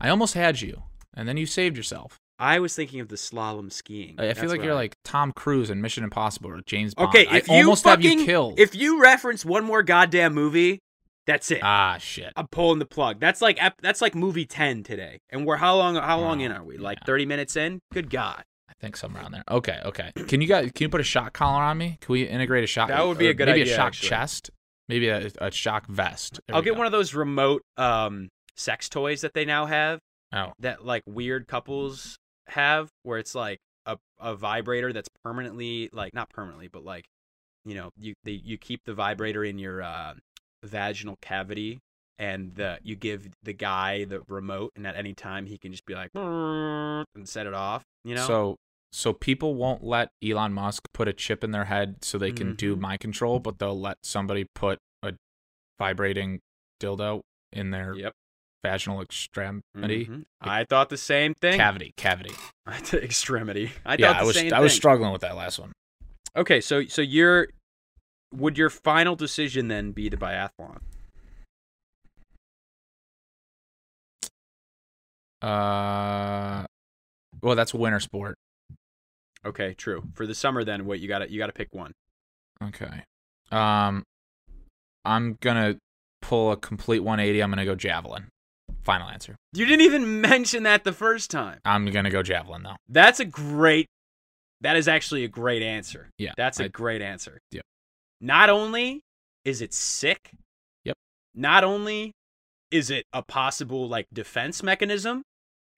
I almost had you, and then you saved yourself.
I was thinking of the slalom skiing.
I I
That's
feel like
what
you're
I-
like Tom Cruise in Mission Impossible or James Bond.
okay.
I
If you
almost
fucking,
have you killed.
if you reference one more goddamn movie, that's it.
ah shit.
I'm pulling the plug. That's like ep- that's like movie ten today, and we're how long how long
Wow,
in are we? Like
Oh, yeah.
thirty minutes in? Good God,
I think somewhere around there. Okay, okay. Can you guys can you put a shock collar on me? Can we integrate a shock?
That would be
or
a good
maybe
idea,
a shock
actually.
chest. Maybe a, a shock vest. There
I'll
we
get
go.
one of those remote um sex toys that they now have
Oh,
that like weird couples have, where it's like a a vibrator that's permanently like not permanently, but like you know you they, you keep the vibrator in your uh, vaginal cavity. And the, you give the guy the remote, and at any time he can just be like, and set it off. You know,
so so people won't let Elon Musk put a chip in their head so they can do
Mhm.
mind control, but they'll let somebody put a vibrating dildo in their
yep.
vaginal extremity
Mhm. I thought the same thing.
cavity cavity.
I t- extremity. I
yeah,
thought the
I was
same
I was
thing.
struggling with that last one.
Okay, so so your would your final decision then be the biathlon?
Uh, well, that's winter sport.
Okay, true. For the summer then, what you got to you got to pick one.
Okay. Um, I'm gonna pull a complete 180. I'm gonna go javelin. Final answer.
You didn't even mention that the first time.
I'm gonna go javelin though.
That's a great That is actually a great answer.
Yeah,
That's a
I-
great answer.
Yep.
Not only is it sick,
Yep.
Not only is it a possible like defense mechanism,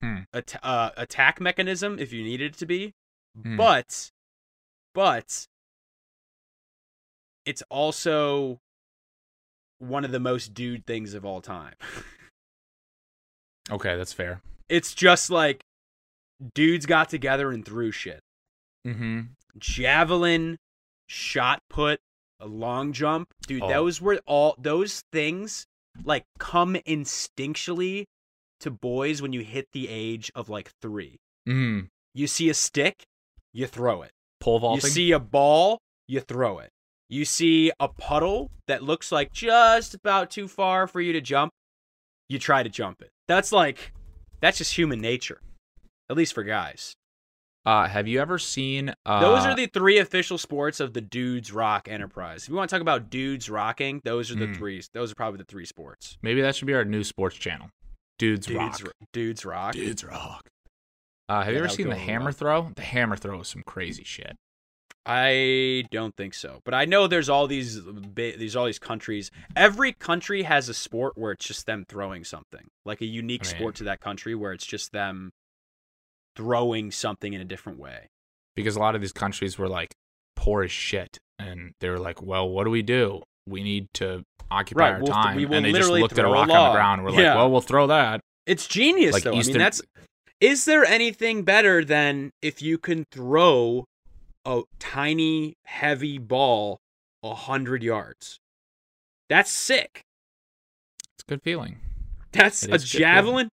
Hmm.
at- uh, attack mechanism if you needed it to be,
Hmm.
but but it's also one of the most dude things of all time.
Okay, that's fair.
It's just like dudes got together and threw shit.
Mm-hmm.
javelin, shot put, a long jump. Dude,
Oh.
those were all those things like come instinctually to boys when you hit the age of like 3.
Mm.
You see a stick, you throw it.
Pole vaulting.
You see a ball, you throw it. You see a puddle that looks like just about too far for you to jump, you try to jump it. That's like, that's just human nature, at least for guys.
uh, have you ever seen? Uh,
Those are the three official sports of the Dudes Rock Enterprise. If you want to talk about dudes rocking, those are the
Mm.
three. Those are probably the three sports.
Maybe that should be our new sports channel. Dudes, rock.
ro- dudes rock.
Dudes rock. Uh,
Yeah,
have you
that
ever
would
seen
go
the
over
hammer
well.
throw? The hammer throw is some crazy shit.
I don't think so, but I know there's all these uh, ba- there's all these countries. Every country has a sport where it's just them throwing something, like a unique
I mean-
sport to that country, where it's just them throwing something in a different way.
because a lot of these countries were like poor as shit and they were like well what do we do we need to occupy
Right,
our
we'll th-
time
we will
and they just
literally
looked at a
throw a
rock on
log.
the ground and were
Yeah.
like well we'll throw that
It's genius,
Like
though. I
Eastern-
mean, that's is there anything better than if you can throw a tiny, heavy ball a hundred yards? That's sick.
it's a good feeling
That's
It
a
is good, yeah.
javelin,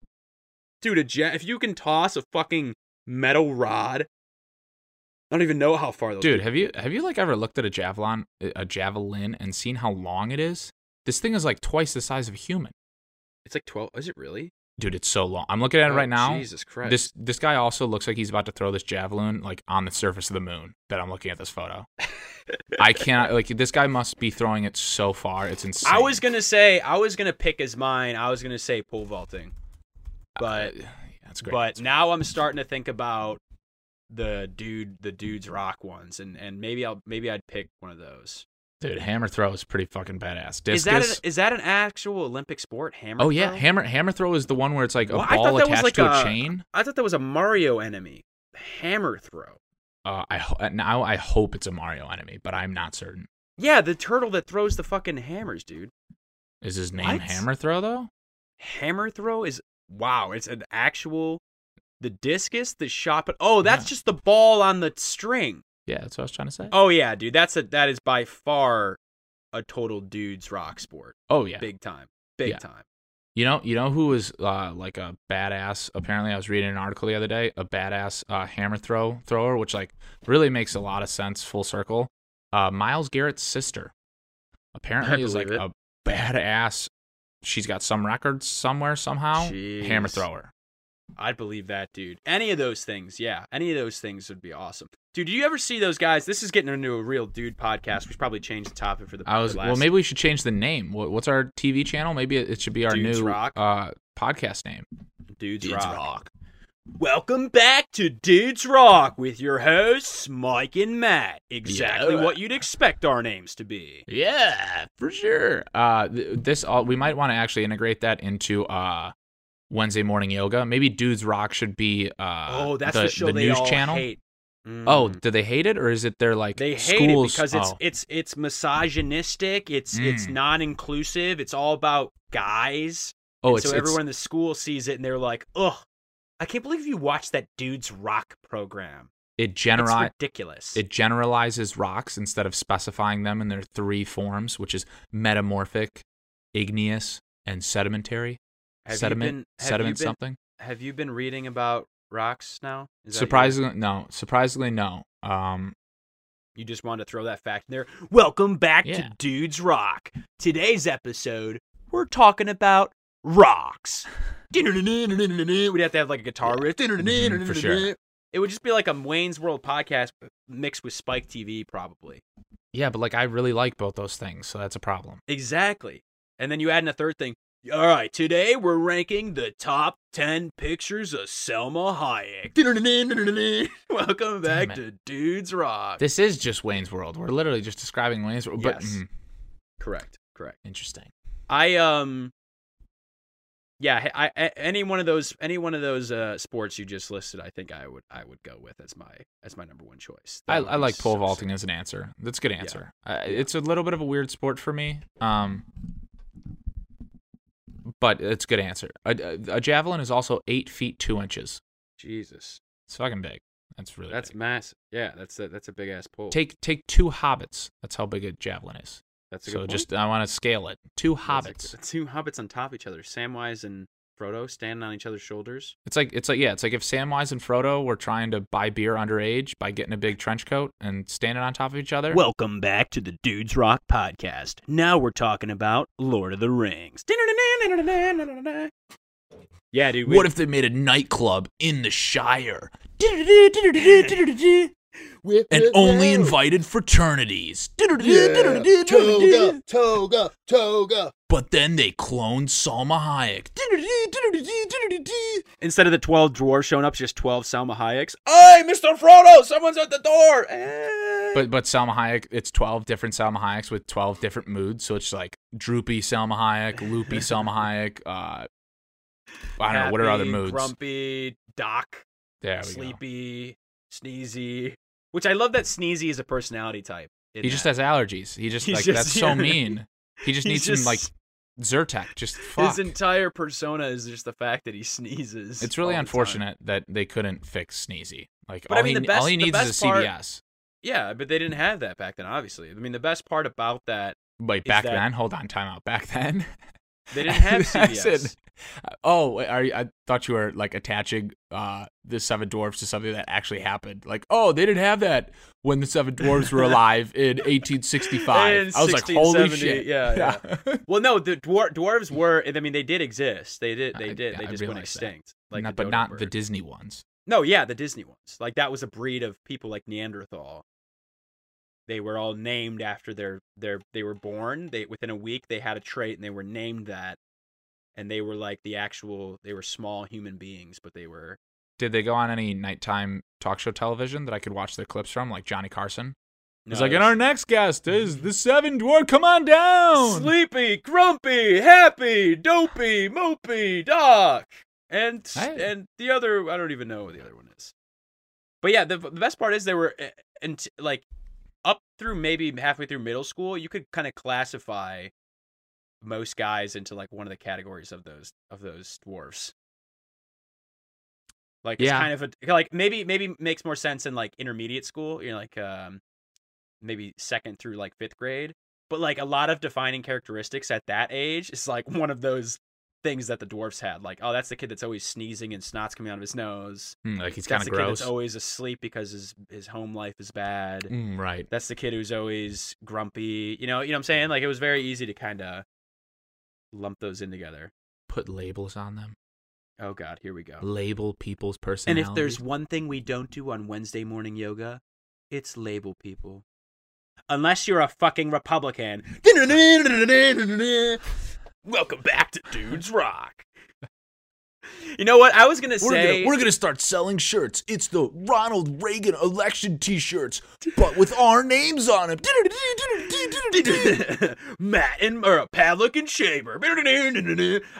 dude. A ja- if you can toss a fucking metal rod, I don't even know how far those.
dude have you have you like ever looked at a javelin a javelin and seen how long it is this thing is like twice the size of a human
it's like twelve. Is it really?
dude it's so long i'm looking at it
Oh,
right now
Jesus Christ!
this this guy also looks like he's about to throw this javelin like on the surface of the moon that i'm looking at this photo i can't like this guy must be throwing it so far it's insane
I was gonna say I was gonna pick as mine. I was gonna say pole vaulting, but
yeah, that's Ah, great.
but now I'm starting to think about the dude the dudes rock ones, and and maybe I'll maybe I'd pick one of those.
dude, hammer throw is pretty fucking badass. Discus.
Is that an, is that an actual Olympic sport? Hammer.
oh yeah,
throw?
hammer hammer throw is the one where it's like a
Well, I thought
ball
that was
attached
like
to a,
a-
chain.
I thought that was a Mario enemy. Hammer throw.
Uh, I ho- uh, now I hope it's a Mario enemy, but I'm not certain.
Yeah, the turtle that throws the fucking hammers, dude.
Is his name
What?
Hammer Throw though?
Hammer throw is wow. It's an actual the discus, the shot, but oh, that's
Yeah.
just the ball on the string.
Yeah, that's what I was trying to say. Oh,
Oh yeah, dude. That's a that is by far a total dudes rock sport.
Oh, yeah.
Big time. Big
Yeah.
time.
You know, you know who was uh, like a badass. Apparently, I was reading an article the other day. A badass uh, hammer throw thrower, which like really makes a lot of sense. Full circle. Uh, Miles Garrett's sister, apparently,
I
is like
believe
a badass. She's got some records somewhere somehow. Hammer
Jeez.
thrower.
I'd believe that, dude. Any of those things, yeah. Any of those things would be awesome. Dude, do you ever see those guys? This is getting into a real dude podcast. We should probably change the topic for the
I was
the
well.
last-
Maybe we should change the name. What, what's our TV channel? Maybe it, it should be our
Dudes
new
Rock.
Uh, podcast name.
dudes, rock. Welcome back to Dudes Rock with your hosts Mike and Matt. Exactly
Yeah.
what you'd expect our names to be.
Yeah, for sure. Uh, th- this all we might want to actually integrate that into uh Wednesday morning yoga. Maybe Dudes Rock should be uh
oh, that's the,
the,
show
the
they
news
all
channel.
hate. Mm.
Oh, do they hate it or is it their like
they hate
schools?
it because it's
oh.
it's it's misogynistic. It's it's
Mm.
non-inclusive. It's all about guys.
oh
And
it's,
so
it's-
everyone in the school sees it and they're like, "Ugh, I can't believe you watched that dude's rock program.
it
It's
generalizes
ridiculous."
it generalizes rocks instead of specifying them in their three forms, which is metamorphic, igneous, and sedimentary.
have
sediment,
you been, have
sediment
you been,
something.
Have you been reading about rocks now? Is that your-
Surprisingly, no. Surprisingly, no. Um,
You just wanted to throw that fact in there. Welcome back
Yeah.
to Dudes Rock. Today's episode, we're talking about rocks. We'd have to have like a guitar riff.
Mhm, for sure.
It would just be like a Wayne's World podcast mixed with Spike TV, probably.
yeah, but like I really like both those things, so that's a problem.
Exactly. And then you add in a third thing. All right, today we're ranking the top 10 pictures of Selma Hayek. Welcome
Damn
back
it.
to Dudes Rock.
This is just Wayne's World. We're literally just describing Wayne's World. But
Yes.
mm,
correct, correct.
interesting.
I um yeah, I, I any one of those any one of those uh sports you just listed, I think I would I would go with as my as my number one choice. That
I,
would
I
be
like pole
so
vaulting
sick.
as an answer. That's a good answer. Uh, it's a little bit of a weird sport for me. Um, but it's a good answer. A, a- a javelin is also eight feet two inches.
Jesus.
It's fucking big. That's really
That's
big.
massive. Yeah, that's a that's a big ass pole.
Take take two hobbits. That's how big a javelin is.
that's a good
So
point.
just I want to scale it. Two
That's a
hobbits.
good- two hobbits on top of each other, Samwise and Frodo standing on each other's shoulders.
It's like it's like yeah, it's like if Samwise and Frodo were trying to buy beer underage by getting a big trench coat and standing on top of each other.
Welcome back to the Dudes Rock podcast. Now we're talking about Lord of the Rings. Yeah, dude. we-
if they made a nightclub in the Shire invited fraternities?
Toga, toga, toga.
But then they cloned Salma Hayek.
instead of the 12 dwarves showing up, it's just 12 Salma Hayeks. Hey, Mr. Frodo, someone's at the door. Eh.
But but Salma Hayek, it's twelve different Salma Hayeks with twelve different moods. So it's like droopy Salma Hayek, loopy Salma Hayek. Uh, I don't know what are other
Happy,
moods.
Grumpy, Doc,
there we go.
Sleepy, Sneezy. Which I love that Sneezy is a personality type. in
He just
that.
has allergies. He just
He's
like
just-
that's so mean. He just
He's
needs
just-
some like Zyrtec. Just fuck.
His entire persona is just the fact that he sneezes.
It's
all
really
the time.
unfortunate that they couldn't fix Sneezy. Like
But I
all,
mean,
he,
the best-
all he
the
needs is
best
a
part-
CVS.
Yeah, but they didn't have that back then, obviously. I mean, the best part about that,
Wait,
is
back
that-
then? Hold on, time out. Back then?
they didn't have
I
CVS.
said- oh, wait, are you, I thought you were like attaching uh, the Seven Dwarfs to something that actually happened. Like, oh, they didn't have that when the Seven Dwarfs were alive in 1865.
In
I was like, holy
1670,
shit.
yeah, Well, no, the dwar- dwarves were. I mean, they did exist. They did. They
I-
did.
yeah,
they
I
just went
realize that.
extinct. Like,
Not-
the
but not the
Dodo bird.
Disney ones.
no, yeah, the Disney ones. Like that was a breed of people like Neanderthal. They were all named after their their. They were born. They within a week they had a trait and they were named that, and they were like the actual. They were small human beings, but they were
Did they go on any nighttime talk show television that I could watch their clips from, like Johnny Carson? He's
No,
like,
it
and
was
our next guest
Mm-hmm.
is the Seven Dwarf. Come on down.
sleepy, grumpy, happy, dopey, mopey, doc, and
Hey.
and the other I don't even know what the other one is. But yeah, the, the best part is they were eh, and like up through maybe halfway through middle school, you could kind of classify most guys into like one of the categories of those of those dwarfs. Like it's
Yeah.
kind of a like maybe maybe makes more sense in like intermediate school. You're like um maybe second through like fifth grade. But like a lot of defining characteristics at that age is like one of those things that the dwarfs had. Like, oh, that's the kid that's always sneezing and snot's coming out of his nose.
Hmm, like he's kind
that's
of
the kid
gross.
that's always asleep because his his home life is bad.
Mm, right.
That's the kid who's always grumpy. You know, you know what I'm saying? Like it was very easy to kind of lump those in together.
Put labels on them.
Oh god, here we go.
Label people's
And
personalities.
if there's one thing we don't do on Wednesday morning yoga, it's label people. Unless you're a fucking Republican. Welcome back to Dudes Rock. You know what? I was gonna say
gonna start selling shirts. It's the Ronald Reagan election T-shirts, but with our names on them.
Matt and or Padlock and Shaver.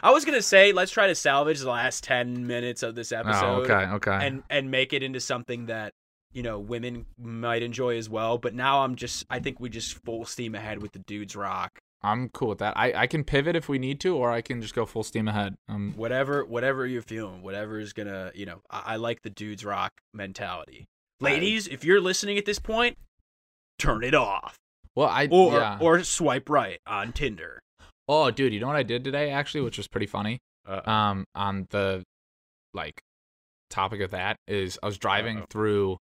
I was gonna say let's try to salvage the last ten minutes of this episode
Oh, okay, okay.
and and make it into something that you know women might enjoy as well. But now I'm just I think we just full steam ahead with the dudes rock.
I'm cool with that. I, I can pivot if we need to, or I can just go full steam ahead. Um,
Whatever whatever you're feeling, whatever is gonna you know I, I like the dudes rock mentality. Ladies, if you're listening at this point, turn it off
well, I
or
yeah.
or swipe right on Tinder.
Oh, dude, you know what I did today actually, which was pretty funny.
Uh.
Um, on the like topic of that is I was driving
Uh-oh.
through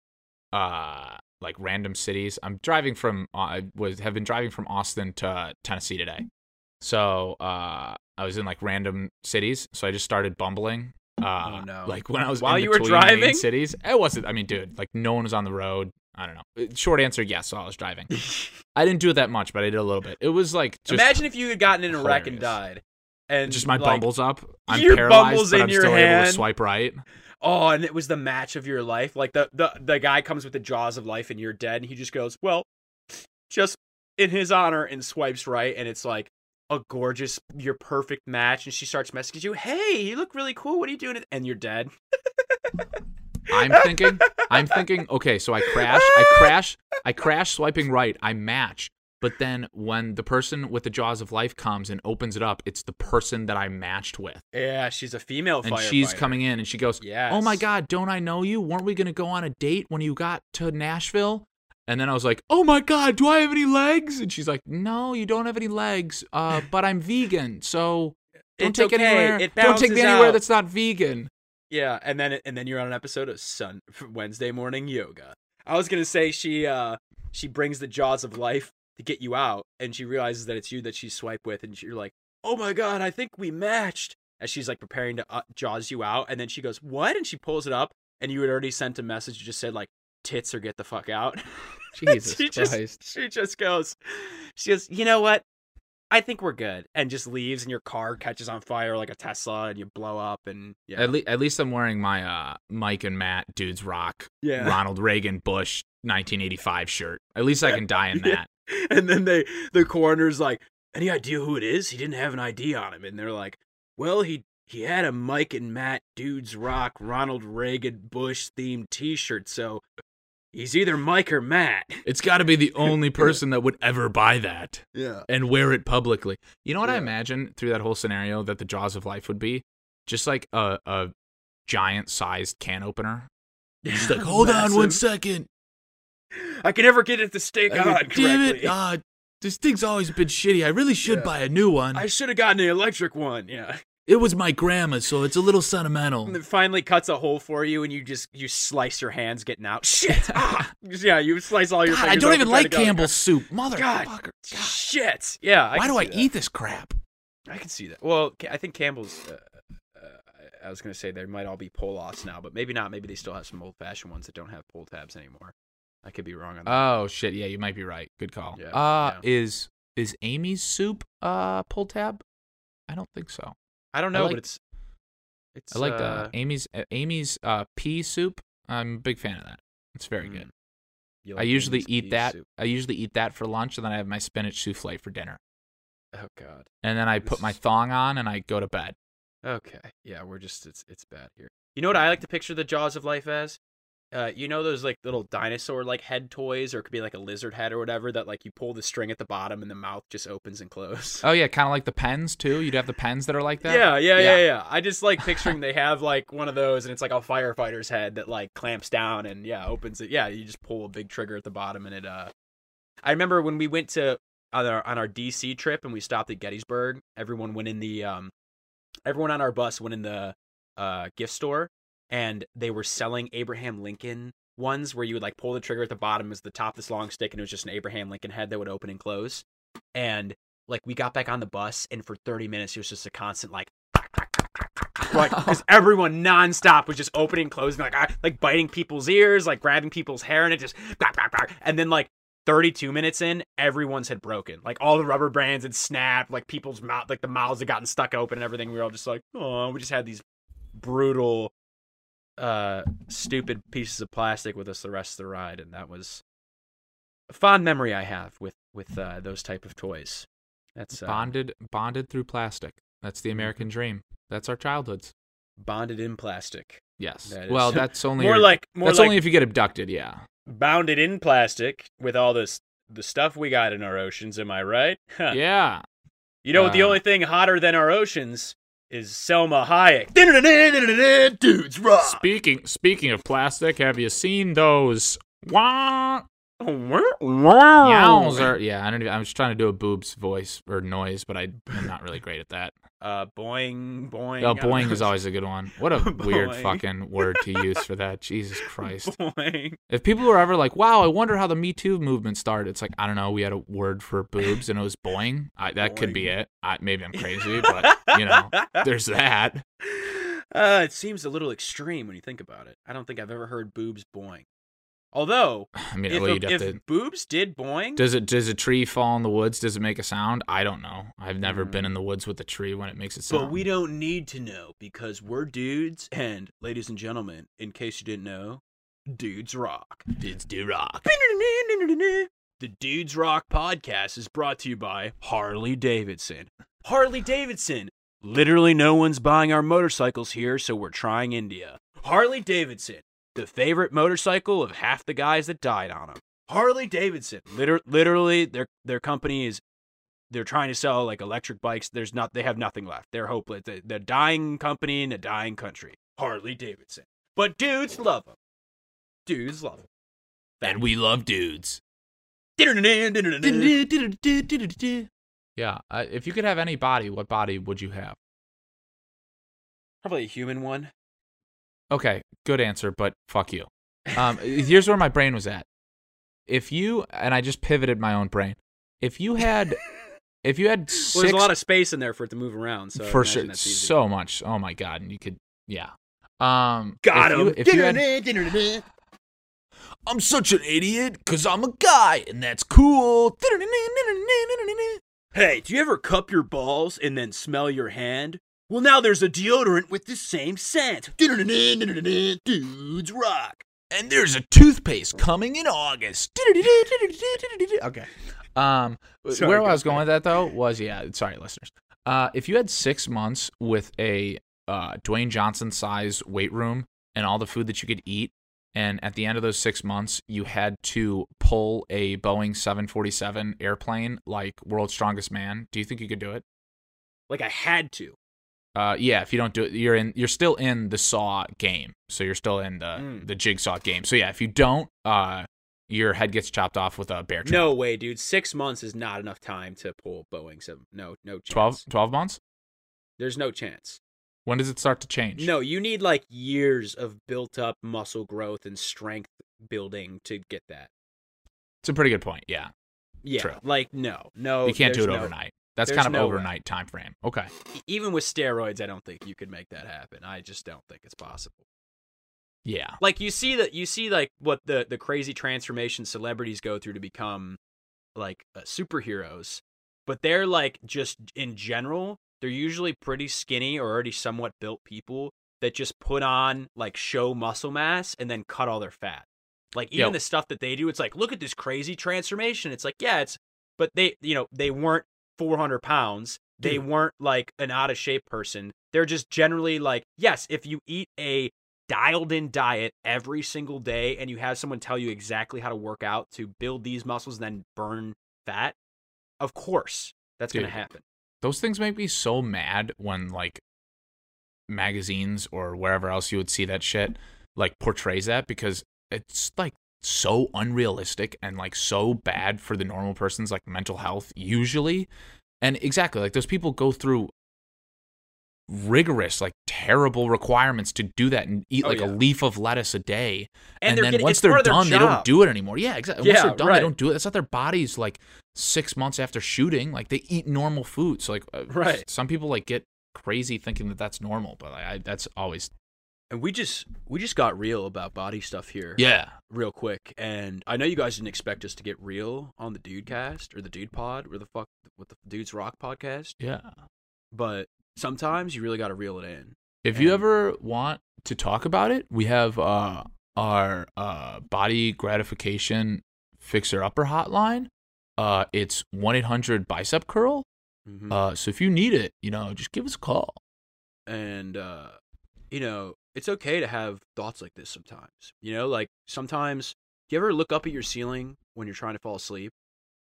uh like random cities. I'm driving from uh, I was have been driving from Austin to Tennessee today. So uh, I was in like random cities. So I just started bumbling. Uh,
Oh, no.
Like when I was
While
in
you were
between main
driving?
cities, it wasn't. I mean, dude, like no one was on the road. I don't know. Uh, Short answer, yes. While I was driving, I didn't do it that much, but I did a little bit. It was like just
Imagine if you had gotten in a wreck and
hilarious.
died, and
just my
like,
bumbles up. I'm
your
paralyzed,
bumble's
but
in
I'm
your
still able to
hand.
swipe right.
Oh, and it was the match of your life. Like the the the guy comes with the jaws of life, and you're dead, and he just goes, "Well, just in his honor," and swipes right, and it's like a gorgeous, your perfect match. And she starts messaging you, "Hey, you look really cool. What are you doing?" And you're dead.
I'm thinking, I'm thinking. Okay, so I crash, I crash, I crash, swiping right. I match, but then when the person with the jaws of life comes and opens it up, it's the person that I matched with,
Yeah, she's a female
and she's
firefighter.
coming in and she goes,
Yes.
"Oh my god, don't I know you? Weren't we gonna go on a date when you got to Nashville?" And then I was like, "Oh my god, do I have any legs?" And she's like, "No, you don't have any legs. Uh, but I'm vegan, so Don't
It's
take
okay.
anywhere.
It
Don't take me
balances
anywhere
out.
that's not vegan.
Yeah, and then and then you're on an episode of Sun Wednesday morning yoga. I was gonna say she uh she brings the jaws of life to get you out, and she realizes that it's you that she swiped with, and you're like, oh my god, I think we matched. As she's like preparing to uh, jaws you out, and then she goes, what? And she pulls it up, and you had already sent a message that just said like tits or get the fuck out.
Jesus
she just
Christ.
she just goes, she goes, you know what? I think we're good, and just leaves, and your car catches on fire like a Tesla, and you blow up, and yeah,
At, le- at least I'm wearing my uh, Mike and Matt dudes rock
yeah.
Ronald Reagan Bush 1985 shirt. At least I can die in
Yeah.
that.
and then they the coroner's like any idea who it is he didn't have an id on him and they're like well he he had a mike and matt dudes rock ronald reagan bush themed t-shirt so he's either mike or matt
It's got to be the only person that would ever buy that
Yeah.
and wear it publicly. You know what I
Yeah.
imagine through that whole scenario that the jaws of life would be? Just like a, a giant sized can opener. Just like, hold on one
Massive.
second.
i can never get it to stake
I go,
on
Damn it.
correctly.
Uh, this thing's always been shitty. I really should
Yeah.
buy a new one.
i should have gotten the electric one yeah
It was my grandma, so it's a little sentimental.
and then finally cuts a hole for you and you just you slice your hands getting out shit ah! yeah you slice all your
God,
fingers
I don't
open
even
trying to get out of
like
the
Campbell's soup. Motherfucker.
God.
God.
car. shit yeah
Why
can
do I
see that.
eat this crap?
I can see that. Well, Ca- I think Campbell's. Uh, uh, I was gonna say they might all be pull offs now, but maybe not. Maybe they still have some old fashioned ones that don't have pull tabs anymore. I could be wrong on that.
Oh shit, yeah, you might be right. Good call.
Yeah,
uh
yeah.
is is Amy's soup uh pull tab? I don't think so.
I don't know,
like-
but it's. It's.
I like uh,
uh,
Amy's uh, Amy's uh pea soup. I'm a big fan of that. It's very good.
mm. You
I
like
usually
Amy's
eat
beef
that.
soup.
I usually eat that for lunch and then I have my spinach souffle for dinner.
Oh God.
And then I
This
put my
is-
thong on and I go to bed.
Okay. Yeah, we're just it's it's bad here. You know what I like to picture the jaws of life as? Uh, you know those like little dinosaur like head toys, or it could be like a lizard head or whatever that like you pull the string at the bottom and the mouth just opens and closes.
Oh yeah, kind of like the pens too. You'd have the pens that are like that.
Yeah, yeah, yeah,
Yeah.
yeah, I just like picturing they have like one of those, and it's like a firefighter's head that like clamps down and yeah opens it. Yeah, you just pull a big trigger at the bottom, and it. uh I remember when we went to on our on our DC trip and we stopped at Gettysburg. Everyone went in the um, everyone on our bus went in the uh gift store, and they were selling Abraham Lincoln ones where you would like pull the trigger at the bottom as the top of this long stick, and it was just an Abraham Lincoln head that would open and close, and. Like we got back on the bus, and for thirty minutes it was just a constant like like because everyone nonstop was just opening, closing, like ah, like biting people's ears, like grabbing people's hair, and it just bah, bah, bah. and then like. 32 minutes in, everyone's had broken. Like all the rubber bands had snapped. Like people's mouth, like the mouths had gotten stuck open and everything. We were all just like, oh, we just had these brutal, uh, stupid pieces of plastic with us the rest of the ride, and that was a fond memory I have with with uh, those type of toys. That's uh, Mm-hmm.
Bonded bonded through plastic. That's the American dream. That's our childhoods.
bonded in plastic.
Yes.
That is-
well, that's only
More like more
that's
like
only if you get abducted. Yeah.
bound it in plastic with all this the stuff we got in our oceans. Am I right? Huh.
Yeah.
You know what? The
Uh.
only thing hotter than our oceans is Selma Hayek.
Dudes rock.
Speaking speaking of plastic, have you seen those? Wow.
Meows
Are, yeah, I don't. Even, I was trying to do a boobs voice or noise, but I, I'm not really great at that.
Uh, boing boing.
Oh, boing is always a good one. What a weird
Boing.
fucking word to use for that. Jesus Christ.
boing.
If people were ever like, "Wow, I wonder how the Me Too movement started," it's like I don't know. We had a word for boobs, and it was boing. I, that could be it. I, maybe I'm crazy, but you know, there's that.
Uh, it seems a little extreme when you think about it. I don't think I've ever heard boobs boing. Although,
I mean,
if,
well,
a-
you'd have
if
to.
boobs did boing,
Does it does a tree fall in the woods? Does it make a sound? I don't know. I've never been in the woods with a tree when it makes a sound.
Mm. But we don't need to know because we're dudes. And ladies and gentlemen, in case you didn't know, dudes rock.
it's do rock.
The Dudes Rock podcast is brought to you by Harley Davidson. Harley Davidson. Literally no one's buying our motorcycles here, so we're trying India. Harley Davidson, the favorite motorcycle of half the guys that died on them. Harley Davidson. Liter- literally their their company is they're trying to sell like electric bikes. There's not they have nothing left. They're hopeless. They- They're a dying company in a dying country. Harley Davidson. But dudes love them. Dudes love them.
And we love dudes.
Dun-dun-dun-dun-dun-dun.
Yeah. Uh, if you could have any body, what body would you have?
Probably a human one.
Okay, good answer, but fuck you. Um, here's where my brain was at. If you and I just pivoted my own brain. If you had, if you had six
Well, there's a lot of space in there for it to move around. So I
for
imagine
sure,
that's easy.
so much. Oh my god, and you could, yeah. Um,
Got
if you-
him.
If you had,
I'm such an idiot because I'm a guy and that's cool.
Hey, do you ever cup your balls and then smell your hand? Well, now there's a deodorant with the same scent.
Dudes rock. And there's a toothpaste coming in August.
okay. Um,
Sorry,
where
go
I was going with that though was yeah. Sorry, listeners. Uh, if you had six months with a uh, Dwayne Johnson size weight room and all the food that you could eat, and at the end of those six months, you had to pull a Boeing 747 airplane like World's Strongest Man, do you think you could do it?
Like I had to.
Uh, yeah, if you don't do it, you're in. You're still in the Saw game, so you're still in the
Mm.
the Jigsaw game. So yeah, if you don't, uh, your head gets chopped off with a bear trap.
No way, dude. Six months is not enough time to pull Boeing seven. No, no chance.
12, 12 months.
There's no chance.
When does it start to change?
No, you need like years of built up muscle growth and strength building to get that.
it's a pretty good point. Yeah,
Yeah,
True.
like no, no.
you can't do it
Oh, there's no-
overnight. That's
there's
kind of
no way.
overnight time frame. Okay,
e- Even with steroids, I don't think you could make that happen. I just don't think it's possible.
yeah,
like you see that you see like what the the crazy transformation celebrities go through to become like uh, superheroes but they're like just in general they're usually pretty skinny or already somewhat built people that just put on like show muscle mass and then cut all their fat like even
Yo.
the stuff that they do it's like look at this crazy transformation it's like yeah it's but they you know they weren't 400 pounds they
Hmm.
weren't like an out of shape person they're just generally like yes if you eat a dialed in diet every single day and you have someone tell you exactly how to work out to build these muscles and then burn fat, of course that's going to
Dude.
happen.
those things make me so mad when like magazines or wherever else you would see that shit like portrays that because it's like so unrealistic and like so bad for the normal person's like mental health usually and exactly like those people go through rigorous like terrible requirements to do that and eat
Oh,
like
yeah.
a leaf of lettuce a day and,
they're
then
getting-
once
it's part
they're
of their
done they don't
job.
do it anymore yeah exactly
Yeah,
once they're done
right.
they don't do it that's not their bodies like six months after shooting like they eat normal food so like uh,
Right.
s- some people like get crazy thinking that that's normal but like, I, that's always
And we just we just got real about body stuff here
yeah
real quick and I know you guys didn't expect us to get real on the dude cast or the dude pod or the fuck with the dudes rock podcast
yeah
but sometimes you really got to reel it in.
if you
And-
ever want to talk about it we have uh our uh body gratification fixer upper hotline uh it's 1-800 bicep curl
Mhm.
uh so if you need it you know just give us a call
and uh you know it's okay to have thoughts like this sometimes you know like sometimes do you ever look up at your ceiling when you're trying to fall asleep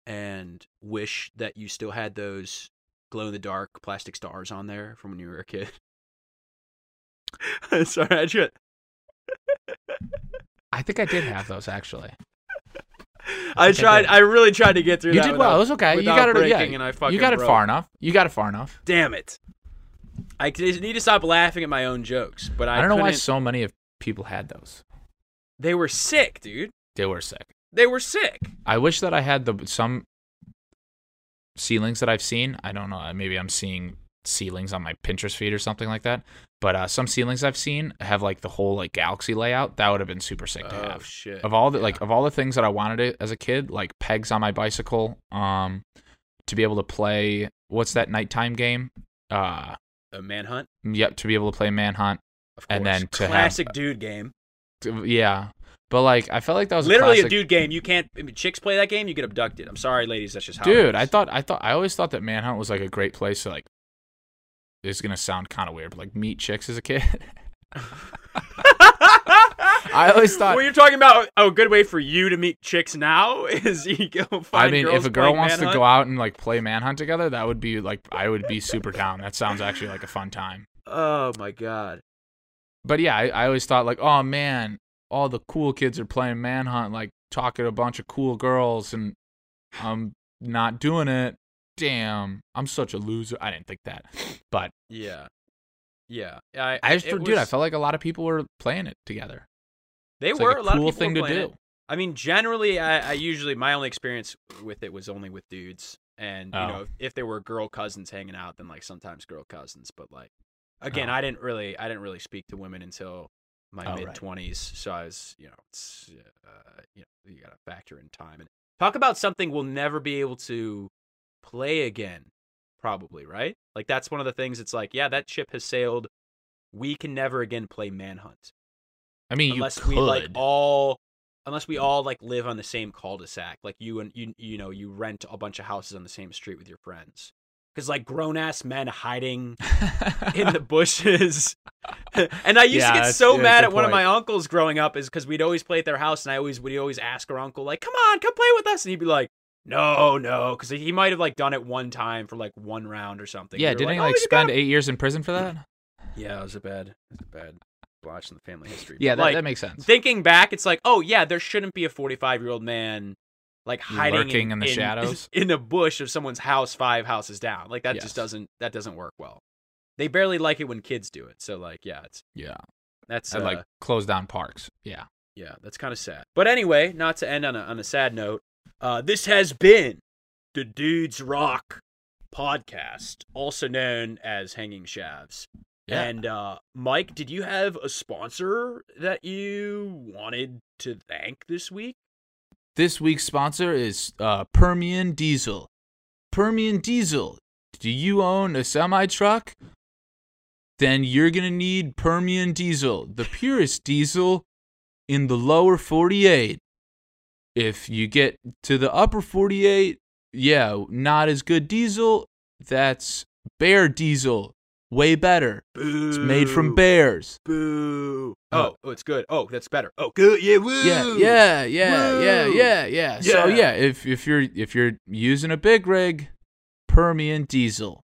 and wish that you still had those glow in the dark plastic stars on there from when you were a kid sorry i just
i think i did have those actually
i
I
tried
did.
i really tried to get through
you
that
did well
without-
it was okay you
without
got it yeah
breaking, and I fucking
you got it
broke.
far enough you got it far enough
damn it i just need to stop laughing at my own jokes but i,
I, don't know why
couldn't-
so many of people had those.
they were sick dude
They were sick.
they were sick
I wish that I had the some ceilings that I've seen. I don't know. Uh, Maybe I'm seeing ceilings on my Pinterest feed or something like that. But uh, some ceilings I've seen have like the whole like galaxy layout. That would have been super sick to
oh
have.
shit
of all the
Yeah.
like of all the things that I wanted it as a kid, like pegs on my bicycle, um, to be able to play what's that nighttime game? Uh,
a manhunt
yep, to be able to play Manhunt.
Of course.
And then to have-
classic dude game.
Yeah, but like I felt like that was
Literally
a
a,
classic-
dude game. You can't I mean, chicks play that game. You get abducted. I'm sorry, ladies. That's just how. it
Dude, I
is.
thought I thought I always thought that Manhunt was like a great place to like. This is gonna sound kind of weird, but like meet chicks as a kid. I always thought-
Well, you're talking about oh, a good way for you to meet chicks now is you go find.
I mean, if
girls
a girl
playing
wants
Manhunt.
to go out and like play Manhunt together, that would be like I would be super down. That sounds actually like a fun time.
Oh my god.
But yeah, I, I always thought like, oh man, all the cool kids are playing Manhunt, like talking to a bunch of cool girls, and I'm not doing it. Damn, I'm such a loser. I didn't think that, but
Yeah. Yeah, I,
I just,
it
dude,
was-
I felt like a lot of people were playing it together.
they
It's
were
like
a, lot
cool
of people
thing
were
to
playing
do.
it. I mean, generally, I, I usually my only experience with it was only with dudes, and you
Oh.
know, if, if there were girl cousins hanging out, then like sometimes girl cousins, but like again,
Oh.
I didn't really I didn't really speak to women until my
Oh, right.
mid twenties, so I was you know it's, uh, you know you got to factor in time and talk about something we'll never be able to play again, probably right? Like that's one of the things. It's like yeah, that ship has sailed. We can never again play Manhunt
I mean,
unless
you
we
could.
like all unless we all like live on the same cul-de-sac like you and you you know you rent a bunch of houses on the same street with your friends because like grown-ass men hiding in the bushes and i used
Yeah,
to get
that's-
so
yeah,
mad
good
at one of
point.
my uncles growing up is because we'd always play at their house and i always would always ask her uncle like come on come play with us and he'd be like no no because he might have like done it one time for like one round or something
yeah,
We were
didn't he
"Oh,
like
you gotta
spend eight years in prison for that?
yeah, it was a bad, it was a bad blotch in the family history.
Yeah,
But,
that,
like,
that makes sense.
thinking back, it's like, oh yeah, there shouldn't be a 45 year old man like hiding
Lurking in the shadows.
in a bush of someone's house five houses down. Like that
Yes.
just doesn't that doesn't work well. They barely like it when kids do it. So like, yeah, it's
Yeah,
that's
I'd
uh,
like close down parks. Yeah,
yeah, that's kind of sad. But anyway, not to end on a on a sad note, uh, this has been the Dudes Rock podcast, also known as Hanging Shavs.
yeah.
And uh, Mike, did you have a sponsor that you wanted to thank this week?
This week's sponsor is uh, Permian Diesel. Permian Diesel, do you own a semi truck? Then you're going to need Permian Diesel, the purest diesel in the lower 48. If you get to the upper 48, yeah, not as good diesel. That's bear diesel. Way better.
Boo.
It's made from bears.
Boo.
Uh,
Oh, oh, it's good. Oh, that's better. Oh, good. Yeah, woo.
Yeah, yeah, yeah, yeah,
Woo!
yeah, yeah. So
Yeah.
yeah, if if you're if you're using a big rig, Permian diesel.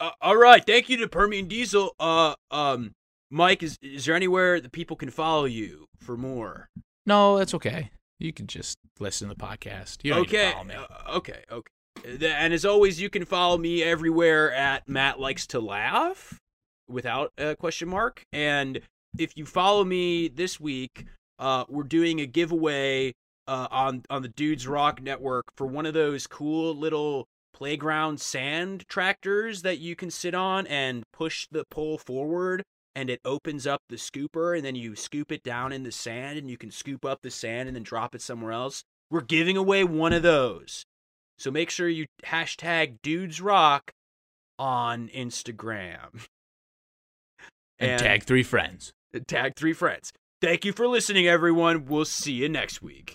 Uh, all right. Thank you to Permian Diesel. Uh, um, Mike, is is there anywhere that people can follow you for more?
No, that's okay. You can just listen to the podcast. You don't need
okay.
to follow me.
uh, okay. Okay. Th- And as always, you can follow me everywhere at Matt Likes to Laugh without a question mark. And if you follow me this week, uh, we're doing a giveaway uh, on on the Dudes Rock Network for one of those cool little playground sand tractors that you can sit on and push the pole forward and it opens up the scooper and then you scoop it down in the sand and you can scoop up the sand and then drop it somewhere else we're giving away one of those. So make sure you hashtag dudes rock on Instagram.
and, tag three friends.
tag three friends. Thank you for listening, everyone. We'll see you next week.